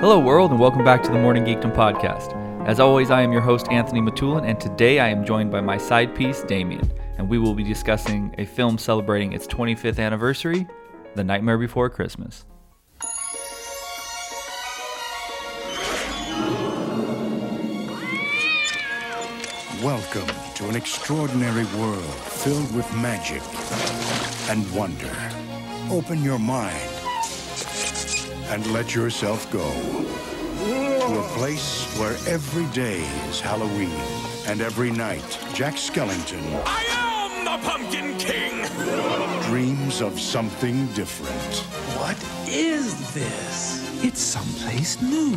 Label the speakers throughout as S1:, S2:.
S1: Hello, world, and welcome back to the Morning Geekdom podcast. As always, I am your host, Anthony Matulin, and today I am joined by my side piece, Damien, and we will be discussing a film celebrating its 25th anniversary, The Nightmare Before Christmas.
S2: Welcome to an extraordinary world filled with magic and wonder. Open your mind and let yourself go to a place where every day is Halloween and every night Jack Skellington
S3: I am the Pumpkin King!
S2: dreams of something different.
S4: What is this? It's someplace new.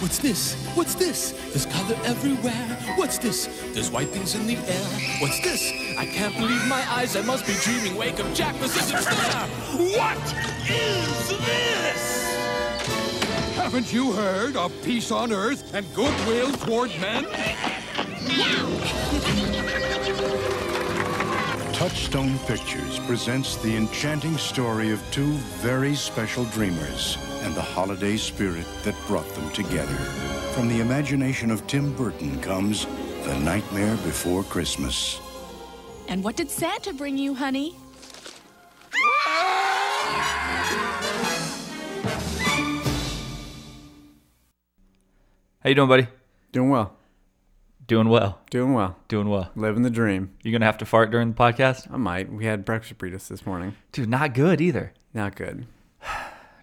S4: What's this? What's this? There's color everywhere. What's this? There's white things in the air. What's this? I can't believe my eyes. I must be dreaming. Wake up, Jack. This isn't fair.
S3: What is this?
S5: Haven't you heard of peace on earth and goodwill toward men?
S2: Touchstone Pictures presents the enchanting story of two very special dreamers and the holiday spirit that brought them together. From the imagination of Tim Burton comes The Nightmare Before Christmas.
S6: And what did Santa bring you, honey?
S1: How you doing, buddy?
S7: Doing well.
S1: Doing well.
S7: Doing well.
S1: Doing well.
S7: Living the dream.
S1: You gonna have to fart during the podcast?
S7: I might. We had breakfast burritos this morning.
S1: Dude, not good either.
S7: Not good.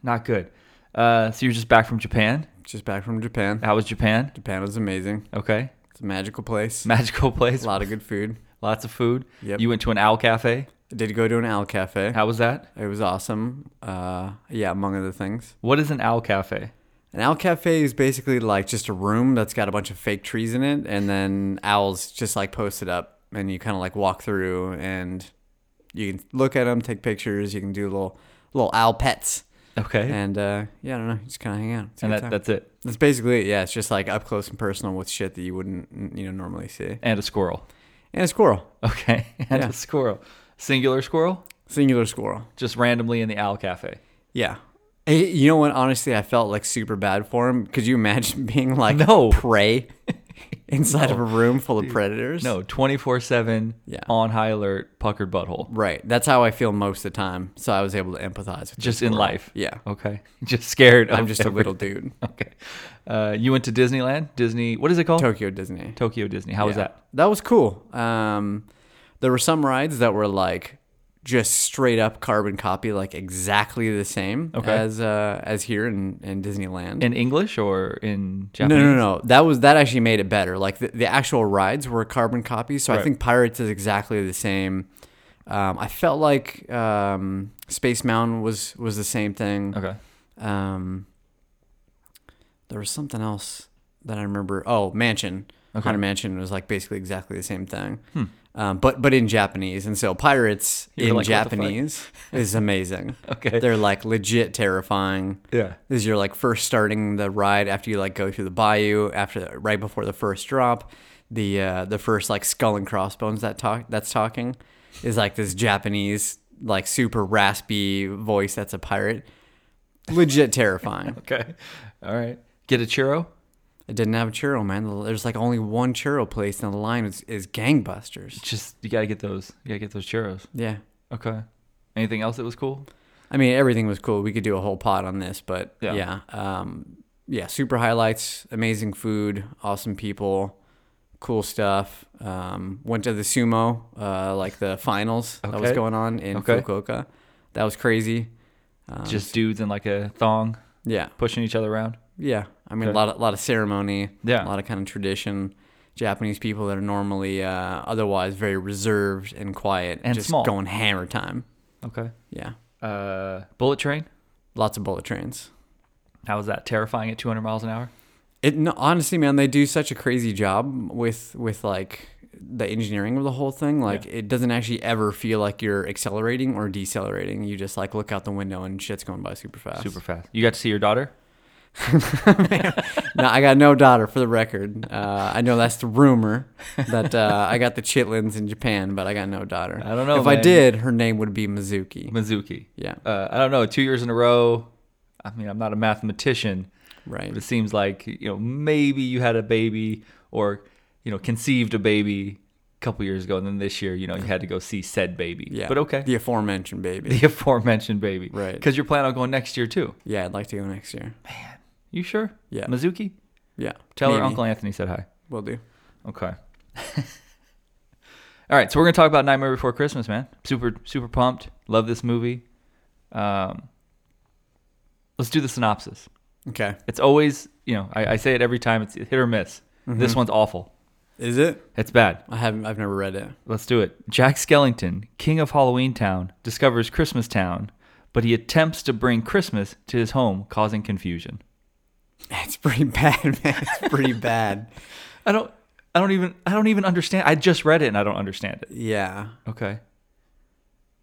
S1: Not good. Uh, so you're just back from Japan.
S7: Just back from Japan.
S1: How was Japan?
S7: Japan was amazing.
S1: Okay.
S7: It's a magical place.
S1: Magical place.
S7: a lot of good food.
S1: Lots of food.
S7: Yep.
S1: You went to an owl cafe.
S7: I did go to an owl cafe.
S1: How was that?
S7: It was awesome. Uh, yeah, among other things.
S1: What is an owl cafe?
S7: An owl cafe is basically like just a room that's got a bunch of fake trees in it, and then owls just like posted up, and you kind of like walk through, and you can look at them, take pictures. You can do little little owl pets,
S1: Okay. And,
S7: and uh, yeah, I don't know, just kind of hang out. It's a good
S1: that,
S7: time.
S1: that's it.
S7: That's basically it. Yeah, it's just like up close and personal with shit that you wouldn't you know normally see.
S1: And a squirrel.
S7: And a squirrel,
S1: Okay. And
S7: Yeah.
S1: a squirrel. Singular squirrel?
S7: singular squirrel.
S1: Just randomly in the owl cafe.
S7: Yeah. Eh, You know what? Honestly, I felt like super bad for him. Could you imagine being like
S1: No.
S7: prey inside of a room full of predators?
S1: No, 24 7
S7: Yeah.
S1: on high alert, puckered butthole.
S7: Right. That's how I feel most of the time. So I was able to empathize with
S1: Just
S7: the
S1: in
S7: squirrel.
S1: life.
S7: Yeah.
S1: Okay. Just scared.
S7: I'm
S1: of
S7: just a
S1: every-
S7: little dude.
S1: Okay. Uh, you went to Disneyland? Disney. What is it called?
S7: Tokyo Disney.
S1: Tokyo Disney. How was
S7: Yeah.
S1: that?
S7: That was cool. Um, there were some rides that were like just straight up carbon copy, like exactly the same
S1: Okay.
S7: as uh, as here in, in Disneyland.
S1: In English or in
S7: no,
S1: Japanese?
S7: no, no. That was that actually made it better. Like the, the actual rides were carbon copies, so
S1: Right.
S7: I think Pirates is exactly the same. Um, I felt like um, Space Mountain was was the same thing.
S1: Okay.
S7: Um, there was something else that I remember. Oh, Mansion. Haunted Mansion was like basically exactly the same thing, um, but but in Japanese. And so pirates
S1: Hmm. You were
S7: in
S1: like, "What the fuck?"
S7: Japanese is amazing.
S1: Okay.
S7: they're like legit terrifying.
S1: Yeah.
S7: This is your like first starting the ride after you like go through the bayou after the, right before the first drop, the uh, the first like skull and crossbones that talk that's talking is like this Japanese like super raspy voice that's a pirate. Legit terrifying.
S1: Okay. All right. Get a churro?
S7: I didn't have a churro, man. There's like only one churro place, and the line is, is gangbusters.
S1: Just, you got to get those. You got to get those churros.
S7: Yeah,
S1: Okay. Anything else that was cool?
S7: I mean everything was cool. We could do a whole pod on this, but
S1: Yeah.
S7: yeah, yeah, um, yeah super highlights, amazing food, awesome people, cool stuff. Um, went to the sumo, uh, like the finals that was
S1: Okay.
S7: going on in
S1: Okay.
S7: Fukuoka. That was crazy. Um,
S1: Just dudes in like a thong
S7: Yeah,
S1: pushing each other around.
S7: Yeah, I mean
S1: Okay.
S7: a lot, of, lot of ceremony.
S1: Yeah.
S7: a lot of kind of tradition. Japanese people that are normally uh, otherwise very reserved and quiet,
S1: And
S7: just
S1: small.
S7: going hammer time.
S1: Okay.
S7: Yeah,
S1: Uh, bullet train.
S7: lots of bullet trains.
S1: How was that? Terrifying at 200 miles an hour.
S7: It no, honestly, man, they do such a crazy job with with like the engineering of the whole thing. Like it doesn't actually ever feel like you're accelerating or decelerating. You just like look out the window and shit's going by super fast.
S1: Super fast. You got to see your daughter?
S7: No, I got no daughter for the record. Uh, I know that's the rumor that uh, I got the chitlins in Japan, but I got no daughter.
S1: I don't know,
S7: If I
S1: man.
S7: did, her name would be Mizuki.
S1: Mizuki.
S7: Yeah.
S1: Uh, I don't know. Two years in a row. I mean, I'm not a mathematician,
S7: right.
S1: but it seems like you know maybe you had a baby or you know conceived a baby a couple years ago, and then this year you know you had to go see said baby.
S7: Yeah.
S1: But okay.
S7: The aforementioned baby.
S1: The aforementioned baby.
S7: Right.
S1: Because you're planning on going next year too.
S7: yeah, I'd like to go next year.
S1: You sure?
S7: Yeah.
S1: Mizuki.
S7: Yeah.
S1: Tell her
S7: maybe.
S1: Uncle Anthony said hi.
S7: Will do.
S1: Okay. All right, so we're gonna talk about Nightmare Before Christmas, man. Super, super pumped. Love this movie. Um, let's do the synopsis.
S7: Okay.
S1: It's always, you know, I, I say it every time. It's hit or miss. This one's awful.
S7: Is it?
S1: It's bad.
S7: I haven't. I've never read it.
S1: Let's do it. Jack Skellington, king of Halloween Town, discovers Christmas Town, but he attempts to bring Christmas to his home, causing confusion.
S7: It's pretty bad, man. It's pretty bad.
S1: I don't, I don't even, I don't even understand. I just read it and I don't understand it.
S7: Yeah.
S1: Okay,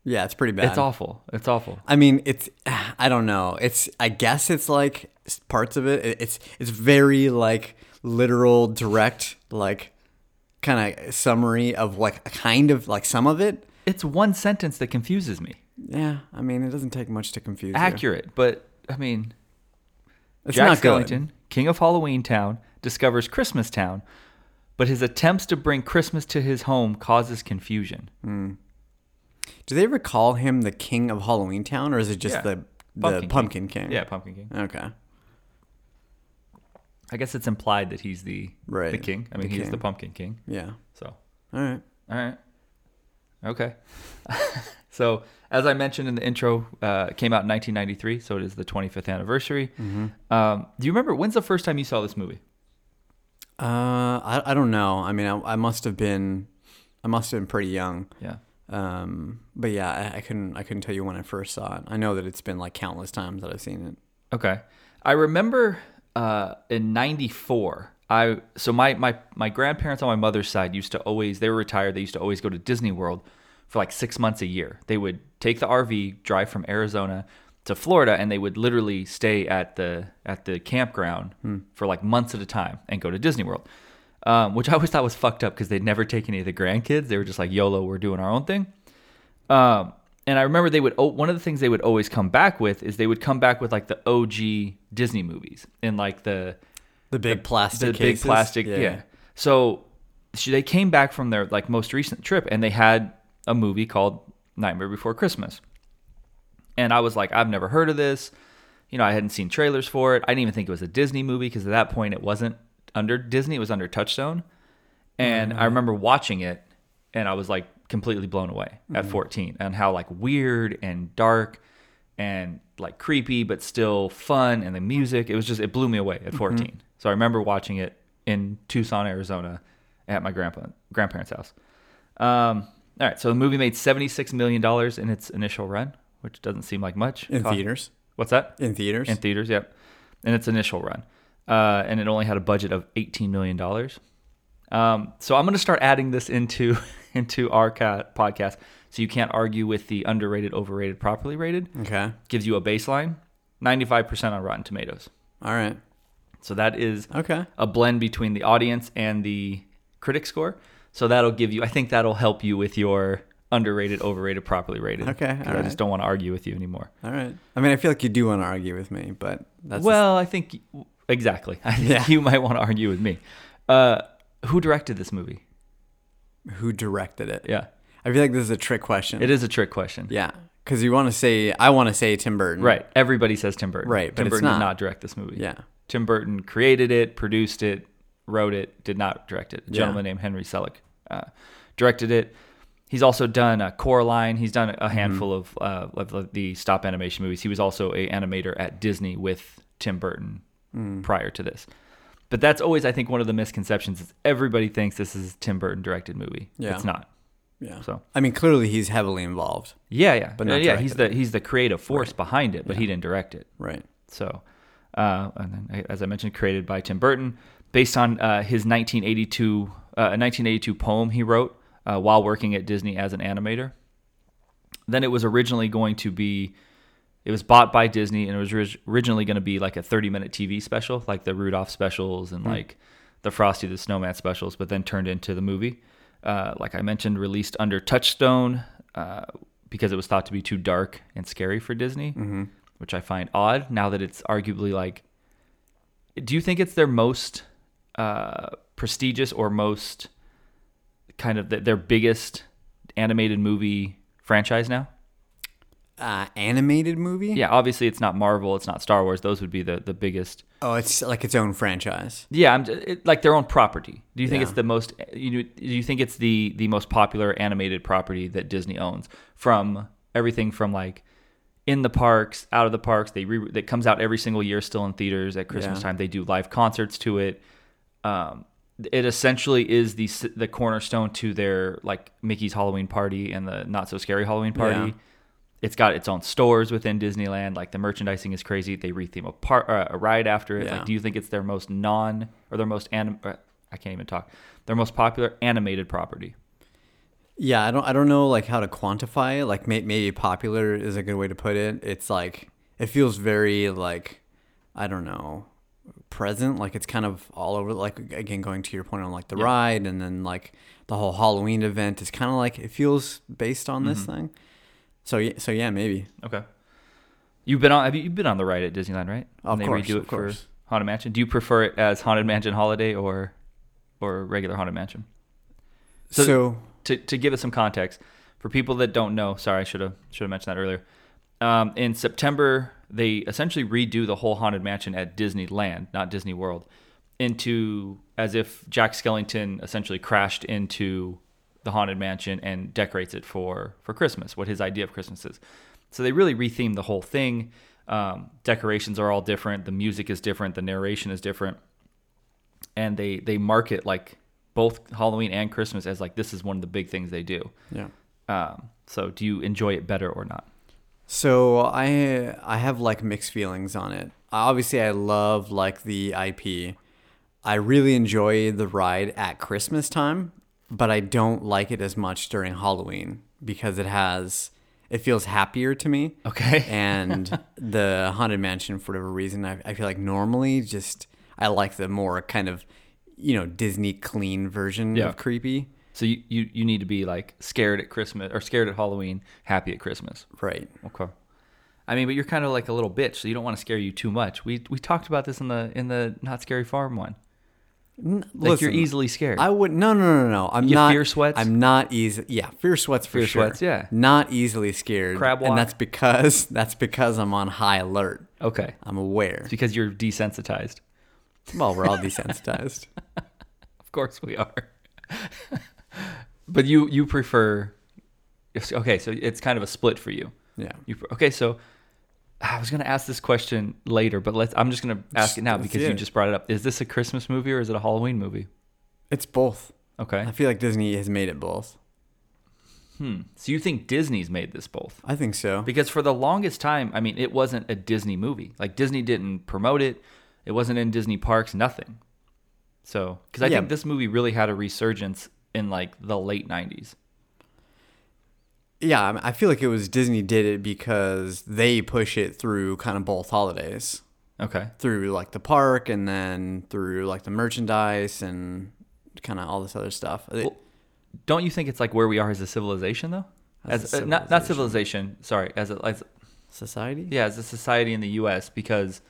S7: Yeah, it's pretty bad.
S1: it's awful. It's awful.
S7: I mean, it's I don't know. It's I guess it's like s- parts of it. it- It's it's very like literal, direct, like kind of summary of like kind of like some of it.
S1: It's one sentence that confuses me.
S7: Yeah, I mean, it doesn't take much to confuse. you.
S1: Accurate, but I mean,
S7: It's
S1: Jack
S7: not good.
S1: Skellington, king of Halloween Town, discovers Christmas Town, but his attempts to bring Christmas to his home causes confusion.
S7: Do they ever call him the King of Halloween Town, or is it just
S1: Yeah.
S7: the the
S1: Pumpkin
S7: Pumpkin
S1: King.
S7: King?
S1: Yeah, Pumpkin King.
S7: Okay.
S1: I guess it's implied that he's the
S7: Right,
S1: the king. I mean,
S7: the
S1: he's the
S7: king.
S1: Pumpkin King.
S7: Yeah.
S1: So,
S7: All right.
S1: all right, okay. so, as I mentioned in the intro, uh, it came out in 1993, so it is the 25th anniversary.
S7: Mm-hmm.
S1: Um, do you remember when's the first time you saw this movie?
S7: Uh, I I don't know. I mean, I, I must have been I must have been pretty young.
S1: Yeah.
S7: Um, but yeah, I, I couldn't I couldn't tell you when I first saw it. I know that it's been like countless times that I've seen it.
S1: Okay. I remember uh, in '94. I so my my my grandparents on my mother's side used to always they were retired. They used to always go to Disney World for like six months a year. They would take the RV, drive from Arizona to Florida, and they would literally stay at the at the campground for like months at a time and go to Disney World. Um, which I always thought was fucked up because they'd never take any of the grandkids. They were just like, YOLO, we're doing our own thing. Um, and I remember they would oh, one of the things they would always come back with is they would come back with like the OG Disney movies and like the
S7: The big plastic,
S1: the big plastic yeah. So she, they came back from their like most recent trip and they had a movie called Nightmare Before Christmas. And I was like, I've never heard of this. You know, I hadn't seen trailers for it. I didn't even think it was a Disney movie because at that point it wasn't under Disney, it was under Touchstone. And I remember watching it and I was like completely blown away
S7: Mm-hmm.
S1: at 14 and how like weird and dark and like creepy but still fun and the music it was just it blew me away
S7: Mm-hmm.
S1: at 14. So I remember watching it in Tucson, Arizona at my grandpa grandparents' house. Um all right, so the movie made 76 million dollars in its initial run, which doesn't seem like much.
S7: in
S1: Cost-
S7: theaters.
S1: What's that?
S7: In theaters.
S1: In theaters, yep. In its initial run. Uh, and it only had a budget of $18 million. Um, so I'm going to start adding this into into our ca- podcast so you can't argue with the underrated, overrated, properly rated.
S7: okay.
S1: Gives you a baseline, 95% on Rotten Tomatoes.
S7: All right.
S1: So that is
S7: Okay.
S1: a blend between the audience and the critic score. So that'll give you, I think that'll help you with your underrated, overrated, properly rated.
S7: Okay,
S1: 'Cause I
S7: all
S1: just
S7: right.
S1: don't want to argue with you anymore.
S7: All right. I mean, I feel like you do want to argue with me, but that's just-
S1: Well, I think exactly. I think
S7: Yeah.
S1: you might want to argue with me. Uh, who directed this movie?
S7: who directed it.
S1: Yeah,
S7: I feel like this is a trick question.
S1: it is a trick question.
S7: Yeah. Because you want to say I want to say Tim Burton.
S1: Right. Everybody says Tim Burton.
S7: Mm-hmm. Right, but
S1: Tim
S7: it's
S1: Burton did
S7: not.
S1: not direct this movie.
S7: Yeah.
S1: Tim Burton created it, produced it, wrote it, did not direct it. A
S7: Yeah.
S1: gentleman named Henry Selick uh, directed it. He's also done uh, Coraline. He's done
S7: Mm-hmm.
S1: a handful of, uh, of the- the stop animation movies. He was also a animator at Disney with Tim Burton
S7: Mm.
S1: prior to this. But that's always, I think, one of the misconceptions is everybody thinks this is a Tim Burton directed movie.
S7: Yeah.
S1: It's not.
S7: Yeah.
S1: So
S7: I mean, clearly he's heavily involved.
S1: yeah, yeah,
S7: But
S1: yeah.
S7: not
S1: yeah, He's the
S7: directed.
S1: he's the creative force behind it, but he didn't direct it.
S7: Right.
S1: So, uh, and then, as I mentioned, created by Tim Burton, based on uh, his 1982 uh, a 1982 poem he wrote uh, while working at Disney as an animator. Then it was originally going to be, it was bought by Disney and it was orig- originally going to be like a 30 minute TV special, like the Rudolph specials and like the Frosty the Snowman specials, but then turned into the movie. Uh, like I mentioned, released under Touchstone uh, because it was thought to be too dark and scary for Disney, which I find odd now that it's arguably like do you think it's their most uh, prestigious or most kind of th- their biggest animated movie franchise now?
S7: Uh, animated movie?
S1: Yeah, obviously it's not Marvel, it's not Star Wars. Those would be the, the biggest.
S7: Oh, it's like its own franchise.
S1: Yeah, I'm, it, like their own property. Do you think
S7: Yeah.
S1: it's the most? You do you think it's the the most popular animated property that Disney owns? From everything from like in the parks, out of the parks, they re, that comes out every single year, still in theaters at Christmas
S7: Yeah.
S1: time. They do live concerts to it. Um, it essentially is the s- the cornerstone to their like Mickey's Halloween party and the not so scary Halloween party.
S7: Yeah.
S1: It's got its own stores within Disneyland. Like the merchandising is crazy. They retheme a part uh, a ride after it.
S7: Yeah.
S1: Like, do you think it's their most non or their most anim? uh, I can't even talk. Their most popular animated property.
S7: Yeah, I don't I don't know like how to quantify it. Like may, maybe popular is a good way to put it. It's like it feels very like I don't know present. Like it's kind of all over. Like again, going to your point on like the ride and then like the whole Halloween event is kind of like it feels based on this thing. So yeah, so yeah, maybe
S1: Okay. You've been on. Have you you've been on the ride at Disneyland, right? And
S7: Of
S1: they
S7: course,
S1: redo it
S7: of course.
S1: for Haunted Mansion. Do you prefer it as Haunted Mansion Holiday or or regular Haunted Mansion?
S7: so.
S1: to, to give it some context for people that don't know sorry i should have should have mentioned that earlier um, in september they essentially redo the whole haunted mansion at disneyland not disney world into as if jack skellington essentially crashed into the haunted mansion and decorates it for for christmas what his idea of christmas is so they really retheme the whole thing um, decorations are all different the music is different the narration is different and they they market like both Halloween and Christmas as like this is one of the big things they do.
S7: yeah.
S1: Um, so do you enjoy it better or not?
S7: So I I have like mixed feelings on it. Obviously, I love like the IP. I really enjoy the ride at Christmas time, but I don't like it as much during Halloween because it has it feels happier to me.
S1: Okay.
S7: and the haunted mansion for whatever reason, I, I feel like normally just I like the more kind of you know Disney clean version
S1: Yeah.
S7: of creepy.
S1: So you, you you need to be like scared at Christmas or scared at Halloween, happy at Christmas.
S7: Right.
S1: Okay. I mean, but you're kind of like a little bitch, so you don't want to scare you too much. We we talked about this in the in the not scary farm one. like you're
S7: listen,
S1: easily scared.
S7: I would no no no no. I'm
S1: You
S7: not
S1: fear sweats?
S7: I'm not easy. Yeah, fear sweats for
S1: Fear
S7: sure.
S1: sweats, yeah.
S7: Not easily scared.
S1: Crab walk.
S7: And that's because that's because I'm on high alert.
S1: okay.
S7: I'm aware.
S1: Because you're desensitized.
S7: Well, we're all desensitized.
S1: Of course we are. but you you prefer Okay, so it's kind of a split for you.
S7: Yeah.
S1: You pr- okay? So I was gonna ask this question later, but let's. I'm just gonna ask it now
S7: let's
S1: because
S7: do
S1: you
S7: it.
S1: just brought it up. Is this a Christmas movie or is it a Halloween movie?
S7: It's both.
S1: Okay.
S7: I feel like Disney has made it both.
S1: So you think Disney's made this both?
S7: I think so.
S1: Because for the longest time, I mean, it wasn't a Disney movie. Like Disney didn't promote it. It wasn't in Disney parks. Nothing. So because I
S7: Yeah.
S1: think this movie really had a resurgence in like the late '90s.
S7: Yeah, I- I feel like it was Disney did it because they push it through kind of both holidays.
S1: Okay.
S7: Through like the park and then through like the merchandise and kind of all this other stuff. They-
S1: Don't you think it's like where we are as a civilization though? As,
S7: As a
S1: uh, not not civilization. Sorry, as a, as
S7: Society?
S1: yeah, as a society in the U.S. because,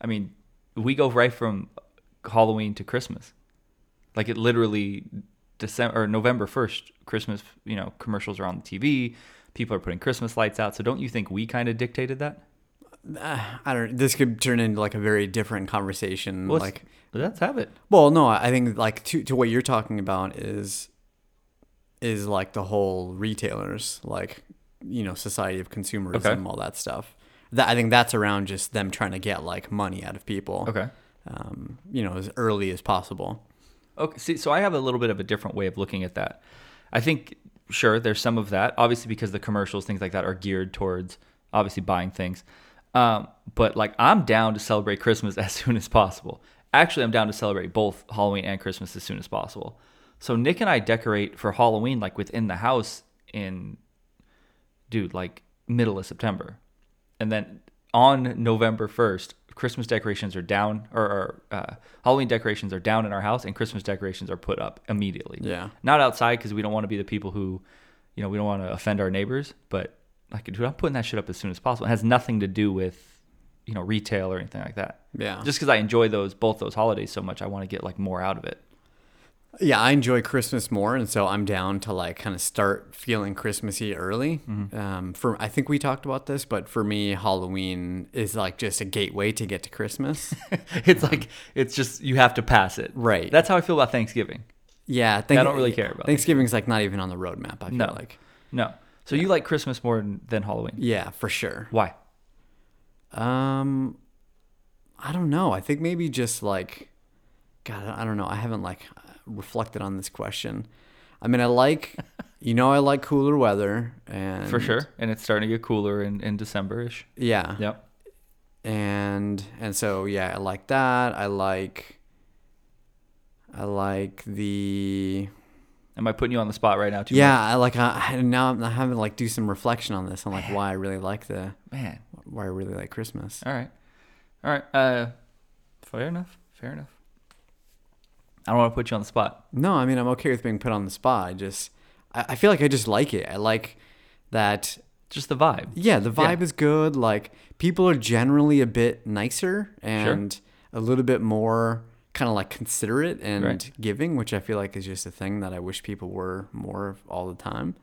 S1: I mean, we go right from Halloween to Christmas, like it literally December or November first, Christmas. You know, commercials are on the TV. People are putting Christmas lights out. So don't you think we kind of dictated that?
S7: I don't. This could turn into like a very different conversation.
S1: Well, let's-
S7: like,
S1: let's have it.
S7: well, no, I think like to to what you're talking about is is like the whole retailers, like you know, society of consumerism,
S1: Okay.
S7: all that stuff. That I think that's around just them trying to get like money out of people.
S1: Okay.
S7: Um, you know, as early as possible.
S1: Okay, see, so I have a little bit of a different way of looking at that. I think sure there's some of that, obviously because the commercials, things like that, are geared towards obviously buying things. Um, but like I'm down to celebrate Christmas as soon as possible. Actually, I'm down to celebrate both Halloween and Christmas as soon as possible. So Nick and I decorate for Halloween like within the house in dude, like middle of September. And then on November 1st, Christmas decorations are down or, or uh, Halloween decorations are down in our house and Christmas decorations are put up immediately.
S7: Yeah.
S1: Not outside because we don't want to be the people who, you know, we don't want to offend our neighbors. But like, dude, I'm putting that shit up as soon as possible. It has nothing to do with, you know, retail or anything like that.
S7: Yeah.
S1: Just because I enjoy those, both those holidays so much, I want to get like more out of it.
S7: Yeah, I enjoy Christmas more, and so I'm down to like kind of start feeling Christmassy early.
S1: Mm-hmm.
S7: Um, for I think we talked about this, but for me, Halloween is like just a gateway to get to Christmas.
S1: It's like, it's just, you have to pass it.
S7: Right.
S1: That's how I feel about Thanksgiving.
S7: yeah, thank-
S1: I don't really care about
S7: Thanksgiving's like not even on the roadmap. I feel
S1: No.
S7: like
S1: No. So you like Christmas more than- than Halloween.
S7: yeah, for sure.
S1: Why?
S7: Um, I don't know. I think maybe just like, God, I don't know. I haven't like reflected on this question. I mean, I like, you know, I like cooler weather and
S1: For sure. Mm-hmm. And it's starting to get cooler in, in December ish.
S7: Yeah.
S1: Yep.
S7: and and so yeah i like that i like i like the
S1: Am I putting you on the spot right now too?
S7: yeah i like i I- now i'm having to like do some reflection on this on like why i really like the
S1: much? Man.
S7: why i really like christmas
S1: All right. All right. Uh fair enough. Fair enough. I don't want to put you on the spot.
S7: no i mean i'm okay with being put on the spot i just i, I feel like i just like it i like that
S1: Just the vibe.
S7: yeah the vibe is good like people are generally a bit nicer and a little bit more kind of like considerate and
S1: Right.
S7: giving which i feel like is just a thing that i wish people were more of all the time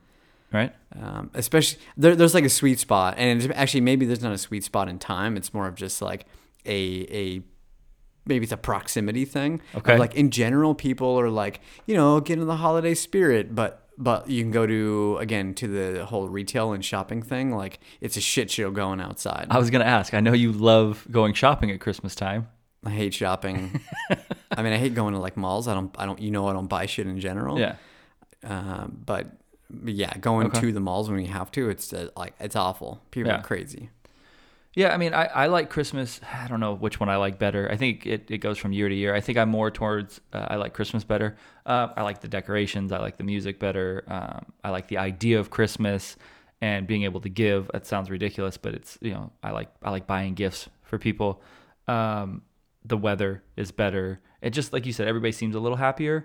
S1: Right?
S7: um, especially there, there's like a sweet spot and it's, actually maybe there's not a sweet spot in time it's more of just like a a maybe it's a proximity thing of,
S1: Okay.
S7: like in general people are like you know get in the holiday spirit but but you can go to again to the whole retail and shopping thing like it's a shit show going outside
S1: I was gonna ask. I know you love going shopping at Christmas time.
S7: i hate shopping i mean i hate going to like malls i don't i don't you know i don't buy shit in general
S1: Yeah.
S7: um, but but yeah going to the malls when we have to it's uh, like it's awful people
S1: Yeah.
S7: are crazy
S1: Yeah, I mean, I, I like Christmas. I don't know which one I like better. I think it, it goes from year to year. I think I'm more towards uh, I like Christmas better. Uh, I like the decorations. I like the music better. Um, I like the idea of Christmas and being able to give. That sounds ridiculous, but it's you know I like I like buying gifts for people. Um, the weather is better. It just like you said, everybody seems a little happier.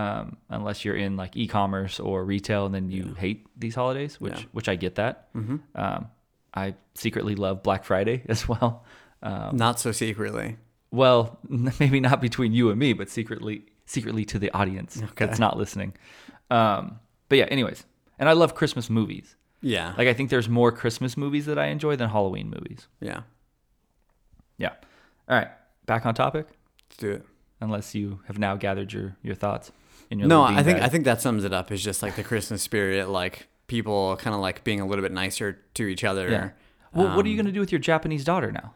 S1: Um, unless you're in like e-commerce or retail, and then you hate these holidays, which which I get that. Mm-hmm. Um, I secretly love Black Friday as well.
S7: Not so secretly.
S1: Well, maybe not between you and me, but secretly, secretly to the audience that's not listening. Um, but yeah, anyways, and I love Christmas movies.
S7: Yeah.
S1: Like I think there's more Christmas movies that I enjoy than Halloween movies.
S7: yeah.
S1: Yeah. All right, back on topic.
S7: Let's do it.
S1: Unless you have now gathered your your thoughts. In your
S7: No,
S1: little
S7: I think
S1: beanbag.
S7: I think that sums it up. Is just like the Christmas spirit, like people kind of like being a little bit nicer to each other.
S1: Yeah. Well, what are
S7: um,
S1: you going to do with your Japanese daughter now?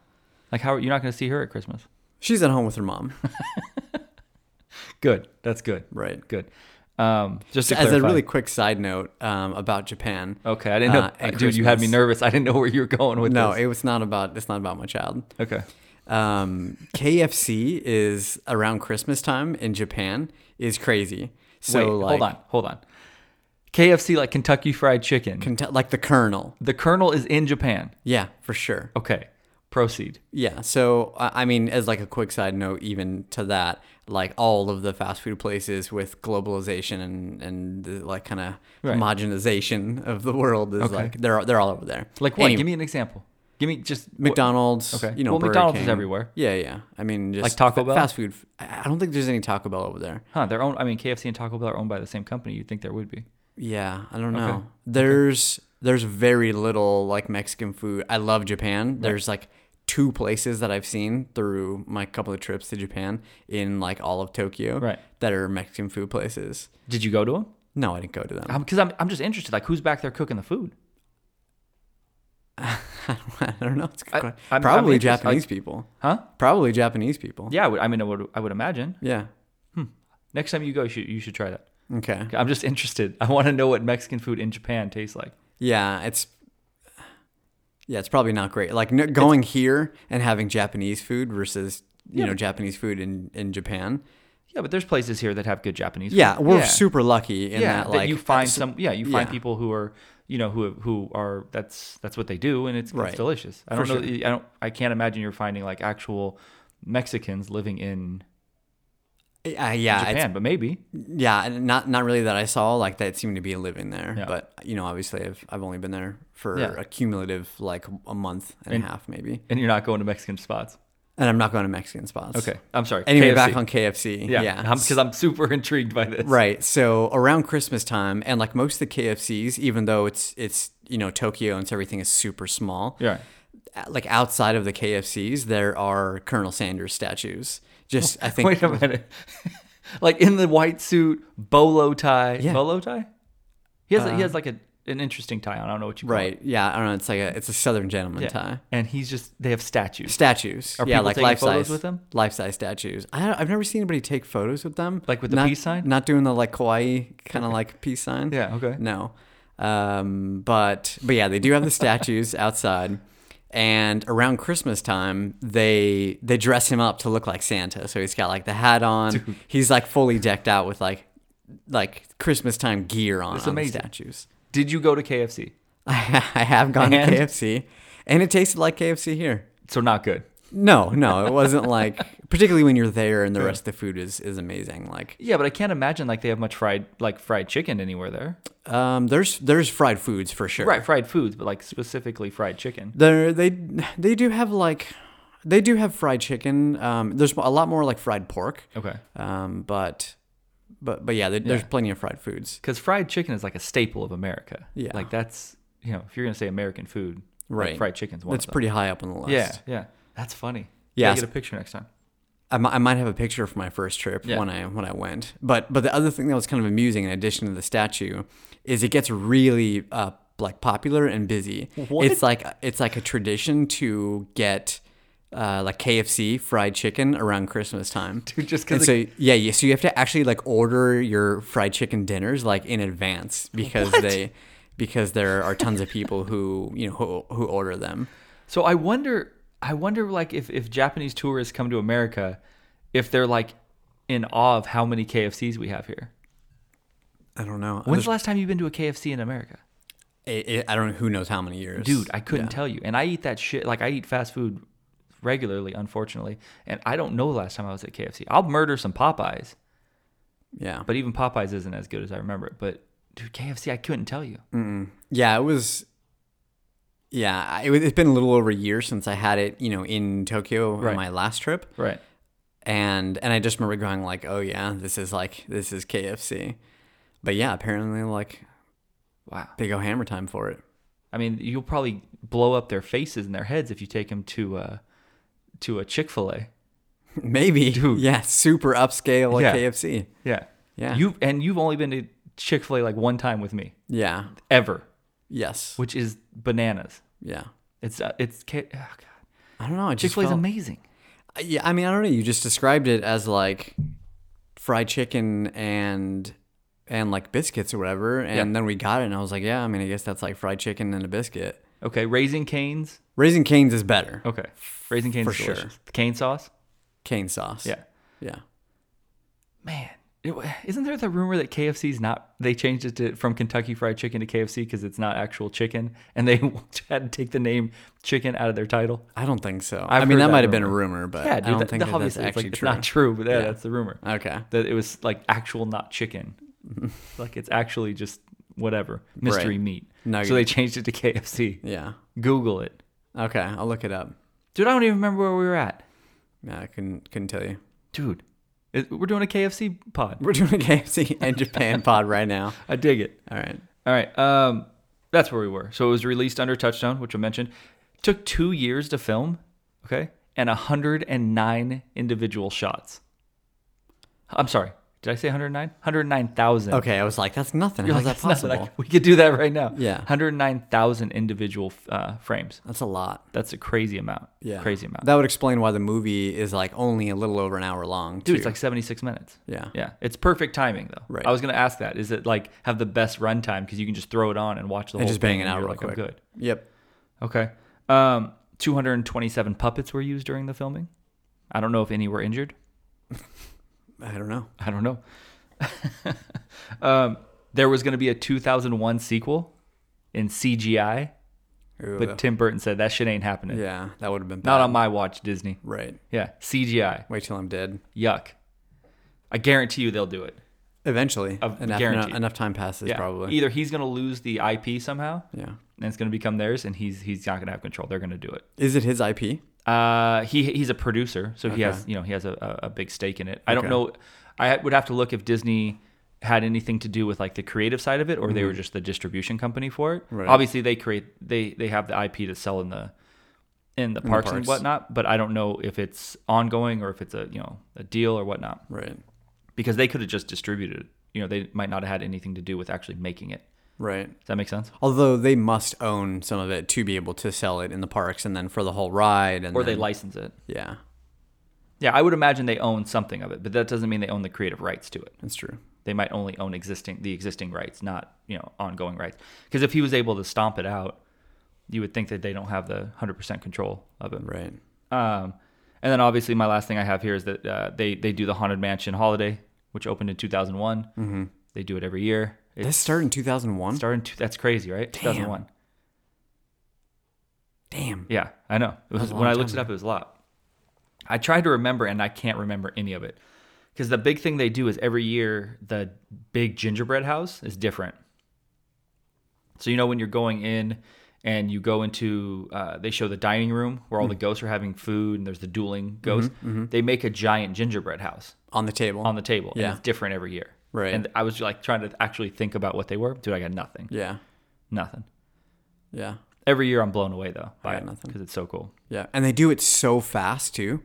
S1: Like, how you're not going to see her at Christmas?
S7: She's at home with her mom.
S1: Good. That's good.
S7: Right.
S1: Good. Um, just to
S7: As a
S1: clarify.
S7: really quick side note um, about Japan.
S1: Okay, I didn't know.
S7: uh,
S1: dude,
S7: at
S1: you had me
S7: Christmas.
S1: nervous. I didn't know where you were going with
S7: No,
S1: this.
S7: it was not about. It's not about my child.
S1: okay.
S7: um, KFC is around Christmas time in Japan is crazy. So
S1: Wait,
S7: like,
S1: hold on, hold on. KFC like Kentucky Fried Chicken.
S7: Kent- like the Colonel.
S1: the Colonel is in Japan.
S7: Yeah, for sure.
S1: Okay, proceed.
S7: Yeah. So, I I mean, as like a quick side note, even to that, like all of the fast food places with globalization and, and the like kind of
S1: Right.
S7: homogenization of the world is like, they're, they're all over there.
S1: Like what?
S7: Anyway,
S1: Give me an example. Give me just wh-
S7: McDonald's.
S1: Okay.
S7: You know,
S1: Well,
S7: Burger
S1: McDonald's is
S7: King.
S1: everywhere.
S7: Yeah. Yeah. I mean, just
S1: Like Taco
S7: fa-
S1: Bell?
S7: Fast food. I I don't think there's any Taco Bell over there.
S1: Huh? They're owned. I mean, KFC and Taco Bell are owned by the same company. You'd think there would be.
S7: Yeah, I don't know. There's there's very little like Mexican food. I love Japan. There's like two places that I've seen through my couple of trips to Japan in like all of Tokyo
S1: Right.
S7: that are Mexican food places.
S1: Did you go to them?
S7: No, I didn't go to them.
S1: Because I'm, I'm just interested. Like, who's back there cooking the food?
S7: I don't know. It's a good
S1: I-
S7: question.
S1: I'm- I'm
S7: probably
S1: interested,
S7: Japanese
S1: like-
S7: people.
S1: Huh?
S7: Probably Japanese people.
S1: Yeah, I, would, I mean, I would, I would imagine.
S7: Yeah.
S1: Next time you go, you should, you should try that.
S7: Okay.
S1: I'm just interested. I want to know what Mexican food in Japan tastes like.
S7: Yeah, it's yeah, it's probably not great. Like n- going here and having Japanese food versus you know Japanese food in in Japan.
S1: Yeah, but there's places here that have good Japanese. food.
S7: Yeah, we're super lucky in
S1: yeah,
S7: that. Like
S1: you find some. Yeah, you find
S7: yeah.
S1: people who are you know who who are that's that's what they do, and it's,
S7: Right.
S1: it's delicious. I
S7: For
S1: don't know. I don't. I can't imagine you're finding like actual Mexicans living in
S7: uh, yeah, it's-
S1: Japan, but maybe.
S7: yeah, and not not really that I saw like that seemed to be living there,
S1: Yeah.
S7: but you know, obviously I've I've only been there for
S1: Yeah.
S7: a cumulative like a month and, a half maybe,
S1: And you're not going to Mexican spots.
S7: and I'm not going to Mexican spots.
S1: Okay, I'm sorry.
S7: Anyway,
S1: KFC.
S7: back on KFC.
S1: yeah,
S7: Yeah,
S1: because I'm super intrigued by this.
S7: Right. So around Christmas time, and like most of the KFCs, even though it's it's you know Tokyo and so everything is super small.
S1: Yeah.
S7: a- Like outside of the KFCs, there are Colonel Sanders statues. Just I think
S1: Wait a minute. like in the white suit, bolo tie.
S7: Yeah. Uh,
S1: Bolo tie. He has he has like a an interesting tie on. I don't know what you call
S7: right. Yeah, I don't know. It's like a it's a Southern gentleman
S1: it. Yeah.
S7: tie.
S1: And he's just they have statues.
S7: Statues.
S1: Are
S7: yeah,
S1: people
S7: like
S1: taking
S7: life
S1: photos
S7: size
S1: with them?
S7: Life size statues. I don't, I've never seen anybody take photos with them.
S1: Like with the
S7: Not-
S1: peace sign?
S7: Not doing the like kawaii kind of like peace sign.
S1: Yeah, okay.
S7: No. Um, but but yeah, they do have the statues outside. And around Christmas time, they they dress him up to look like Santa. So he's got like the hat on. He's like fully decked out with like like Christmas time gear on, on the
S1: amazing.
S7: statues.
S1: Did you go to KFC?
S7: I have gone
S1: And?
S7: to KFC, and it tasted like KFC here.
S1: So not good.
S7: No, no, it wasn't like particularly when you're there and the rest of the food is is amazing. Like
S1: Yeah, but I can't imagine like they have much fried like fried chicken anywhere there.
S7: um, there's there's fried foods for sure.
S1: Right, fried foods, but like specifically fried chicken.
S7: There they they do have like they do have fried chicken. Um, there's a lot more like fried pork.
S1: Okay.
S7: Um, but but but yeah, there, there's plenty of fried foods.
S1: Because fried chicken is like a staple of America.
S7: Yeah.
S1: Like that's you know if you're gonna say American food, like,
S7: Right.
S1: fried chicken's one.
S7: That's
S1: of them.
S7: pretty high up on the list.
S1: Yeah, yeah. That's funny.
S7: Yeah,
S1: Gotta
S7: so-
S1: Get a picture next time.
S7: I mi- I might have a picture from my first trip
S1: Yeah.
S7: when I when I went. But but the other thing that was kind of amusing, in addition to the statue, is it gets really uh, like popular and busy.
S1: What?
S7: It's like it's like a tradition to get uh, like KFC fried chicken around Christmas time.
S1: Dude, just 'cause
S7: and so yeah, yeah, so you have to actually like order your fried chicken dinners like in advance because they because there are tons of people who you know who, who order them.
S1: So I wonder, I wonder, like if if Japanese tourists come to America, if they're like in awe of how many KFCs we have here.
S7: I don't know.
S1: When's the last time you've been to a KFC in America?
S7: It- it- I don't know who knows how many years,
S1: Dude, I couldn't tell you. And I eat that shit. Like I eat fast food regularly, unfortunately. And I don't know the last time I was at KFC. I'll murder some Popeyes,
S7: yeah,
S1: but even Popeyes isn't as good as I remember it. But dude, KFC, I couldn't tell you.
S7: Yeah, it was. Yeah, I- it, was- it's been a little over a year since I had it, you know, in Tokyo
S1: Right.
S7: on my last trip,
S1: Right.
S7: and and I just remember going like, oh yeah, this is like this is KFC, but yeah, apparently like
S1: Wow.
S7: they go hammer time for it.
S1: I mean, you'll probably blow up their faces and their heads if you take them to uh, to a Chick Fil A.
S7: Maybe,
S1: Dude.
S7: yeah, super upscale like
S1: Yeah.
S7: KFC.
S1: Yeah.
S7: Yeah.
S1: You and you've only been to Chick Fil A like one time with me
S7: Yeah.
S1: ever,
S7: Yes.
S1: which is bananas.
S7: Yeah.
S1: It's uh, it's oh god.
S7: I don't know.
S1: Chick Fil A is
S7: amazing.
S1: amazing.
S7: Yeah, I mean, I don't know. You just described it as like fried chicken and and like biscuits or whatever, and
S1: Yeah.
S7: then we got it, and I was like, yeah, I mean, I guess that's like fried chicken and a biscuit.
S1: Okay, Raising Canes.
S7: Raising Cane's is better.
S1: Okay, Raising Canes
S7: For
S1: is
S7: sure.
S1: delicious. The cane sauce.
S7: Cane sauce.
S1: Yeah.
S7: yeah.
S1: Man, it, isn't there the rumor that KFC's not? They changed it to, from Kentucky Fried Chicken to KFC because it's not actual chicken, and they had to take the name chicken out of their title.
S7: I don't think so. i
S1: I've
S7: mean,
S1: heard
S7: that
S1: that
S7: might have been a
S1: rumor.
S7: rumor, but
S1: Yeah,
S7: I
S1: dude,
S7: don't
S1: that,
S7: think
S1: that
S7: that that's
S1: obviously it's,
S7: actually
S1: like, it's
S7: true. Uh,
S1: not true, but yeah, that's the rumor.
S7: Okay.
S1: That it was like actual not chicken. like it's actually just whatever. Mystery
S7: Right.
S1: meat.
S7: Nugget.
S1: So they changed it to KFC.
S7: Yeah.
S1: Google it.
S7: Okay, I'll look it up.
S1: Dude, I don't even remember where we were at.
S7: Yeah, I couldn't couldn't tell you.
S1: Dude, it, we're doing a KFC pod.
S7: We're doing a KFC and Japan pod right now.
S1: I dig it.
S7: All right.
S1: All right. Um, that's where we were. So it was released under Touchdown, which I mentioned. Took two years to film, okay, and 109 individual shots. I'm sorry. Did I say 109? 109,000.
S7: Okay, I was like, that's nothing. How's
S1: Like,
S7: that
S1: that's nothing.
S7: possible?
S1: I- we could do that right now.
S7: Yeah.
S1: 109,000 individual uh, frames.
S7: That's a lot.
S1: That's a crazy amount.
S7: Yeah.
S1: Crazy amount.
S7: That would explain why the movie is like only a little over an hour long.
S1: Dude,
S7: too.
S1: it's like 76 minutes.
S7: Yeah.
S1: Yeah. It's perfect timing, though.
S7: Right.
S1: I was going to ask that. Is it like have the best runtime because you can just throw it on and watch the
S7: and
S1: whole
S7: just
S1: thing
S7: bang it
S1: and
S7: out
S1: you're
S7: real
S1: like, I'm
S7: quick.
S1: good.
S7: Yep.
S1: Okay. Um, 227 puppets were used during the filming. I don't know if any were injured.
S7: I don't know.
S1: I don't know. um, there was going to be a 2001 sequel in CGI,
S7: Ooh,
S1: but Tim Burton said that shit ain't happening.
S7: yeah, that would have been bad.
S1: Not on my watch, Disney.
S7: right.
S1: Yeah, CGI.
S7: Wait till I'm dead.
S1: Yuck. I guarantee you they'll do it.
S7: Eventually,
S1: Of-
S7: enough,
S1: guaranteed.
S7: enough, enough time passes
S1: Yeah.
S7: probably.
S1: Either he's going to lose the IP somehow,
S7: Yeah.
S1: and it's going to become theirs, and he's he's not going to have control. They're going to do it.
S7: Is it his IP?
S1: Uh, he he's a producer, so he
S7: Okay.
S1: has you know he has a, a a big stake in it. I don't
S7: Okay.
S1: know. I would have to look if Disney had anything to do with like the creative side of it, or they were just the distribution company for it.
S7: Mm-hmm. Right.
S1: Obviously, they create they they have the IP to sell in the in the parks, and
S7: parks.
S1: whatnot. But I don't know if it's ongoing or if it's a you know a deal or whatnot
S7: Right.
S1: because they could have just distributed. it. You know, they might not have had anything to do with actually making it.
S7: Right.
S1: Does that make sense?
S7: Although they must own some of it to be able to sell it in the parks and then for the whole ride and
S1: Or they
S7: then-
S1: license it.
S7: Yeah,
S1: Yeah, I would imagine they own something of it, but that doesn't mean they own the creative rights to it.
S7: that's true.
S1: they might only own existing the existing rights, not you know ongoing rights. Because if he was able to stomp it out, you would think that they don't have the hundred percent control of it.
S7: Right.
S1: Um, and then obviously my last thing I have here is that uh, they they do the haunted mansion holiday, which opened in two Mm-hmm. They do it every year. It
S7: This started in 2001.
S1: started. in two- that's crazy, right? Two thousand one.
S7: Damn.
S1: Yeah, I know. It was
S7: a
S1: when
S7: long
S1: I
S7: time
S1: looked it up, it was a lot. I tried to remember, and I can't remember any of it. Because the big thing they do is every year the big gingerbread house is different. So you know when you're going in and you go into, uh, they show the dining room where
S7: Hmm.
S1: all the ghosts are having food, and there's the dueling ghosts.
S7: Mm-hmm,
S1: They make a giant gingerbread house
S7: On the table.
S1: on the table,
S7: Yeah.
S1: and it's different every year.
S7: Right.
S1: And I was like trying to actually think about what they were. Dude, I got nothing.
S7: yeah.
S1: Nothing.
S7: Yeah.
S1: Every year I'm blown away though by
S7: got
S1: it
S7: nothing.
S1: because it's so cool.
S7: Yeah. And they do it so fast too.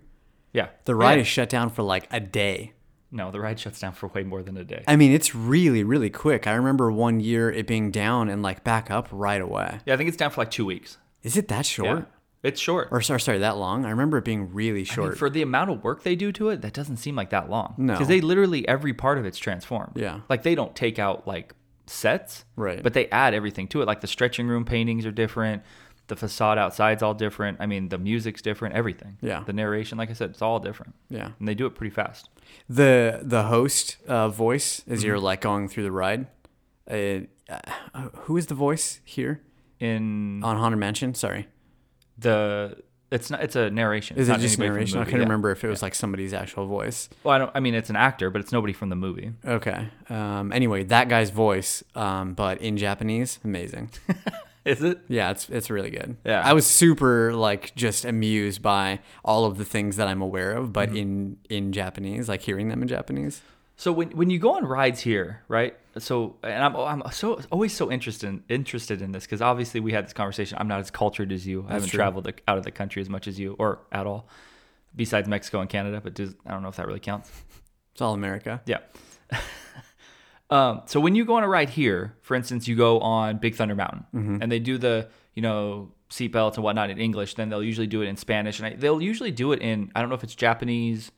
S1: Yeah.
S7: The ride
S1: Yeah.
S7: is shut down for like a day.
S1: No, the ride shuts down for way more than a day.
S7: I mean, it's really, really quick. I remember one year it being down and like back up right away.
S1: Yeah, I think it's down for like two weeks.
S7: Is it that short?
S1: Yeah. It's short.
S7: Or sorry, sorry, that long? I remember it being really short.
S1: for the amount of work they do to it, that doesn't seem like that long.
S7: No.
S1: Because they literally, every part of it's transformed.
S7: Yeah.
S1: Like they don't take out like sets.
S7: Right.
S1: But they add everything to it. Like the stretching room paintings are different. The facade outside's all different. I mean, the music's different. Everything.
S7: Yeah.
S1: The narration, like I said, it's all different.
S7: Yeah.
S1: And they do it pretty fast.
S7: the the host uh, voice
S1: Mm-hmm.
S7: as you're like going through the ride. Uh, uh, who is the voice here
S1: In
S7: on Haunted Mansion? Sorry,
S1: the, it's not. It's a narration.
S7: is
S1: It's
S7: it
S1: not
S7: just
S1: anybody from the
S7: narration? I
S1: movie.
S7: couldn't
S1: Yeah.
S7: remember if it was like somebody's actual voice.
S1: Well, I don't. I mean, it's an actor, but it's nobody from the movie.
S7: Okay. Um, anyway, that guy's voice, um, but in Japanese, amazing.
S1: Is it?
S7: Yeah, it's it's really good.
S1: Yeah.
S7: I was super like just amused by all of the things that I'm aware of,
S1: Mm-hmm.
S7: but in in Japanese, like hearing them in Japanese.
S1: So when, when you go on rides here, right? So and I'm I'm so always so interested interested in this because obviously we had this conversation. I'm not as cultured as you. I haven't
S7: true.
S1: traveled the- out of the country as much as you or at all, besides Mexico and Canada. But does, I don't know if that really counts.
S7: It's all America.
S1: Yeah. um, so when you go on a ride here, for instance, you go on Big Thunder Mountain, and they do the you know seatbelts and whatnot in English. Then they'll usually do it in Spanish, and I, they'll usually do it in I don't know if it's Japanese,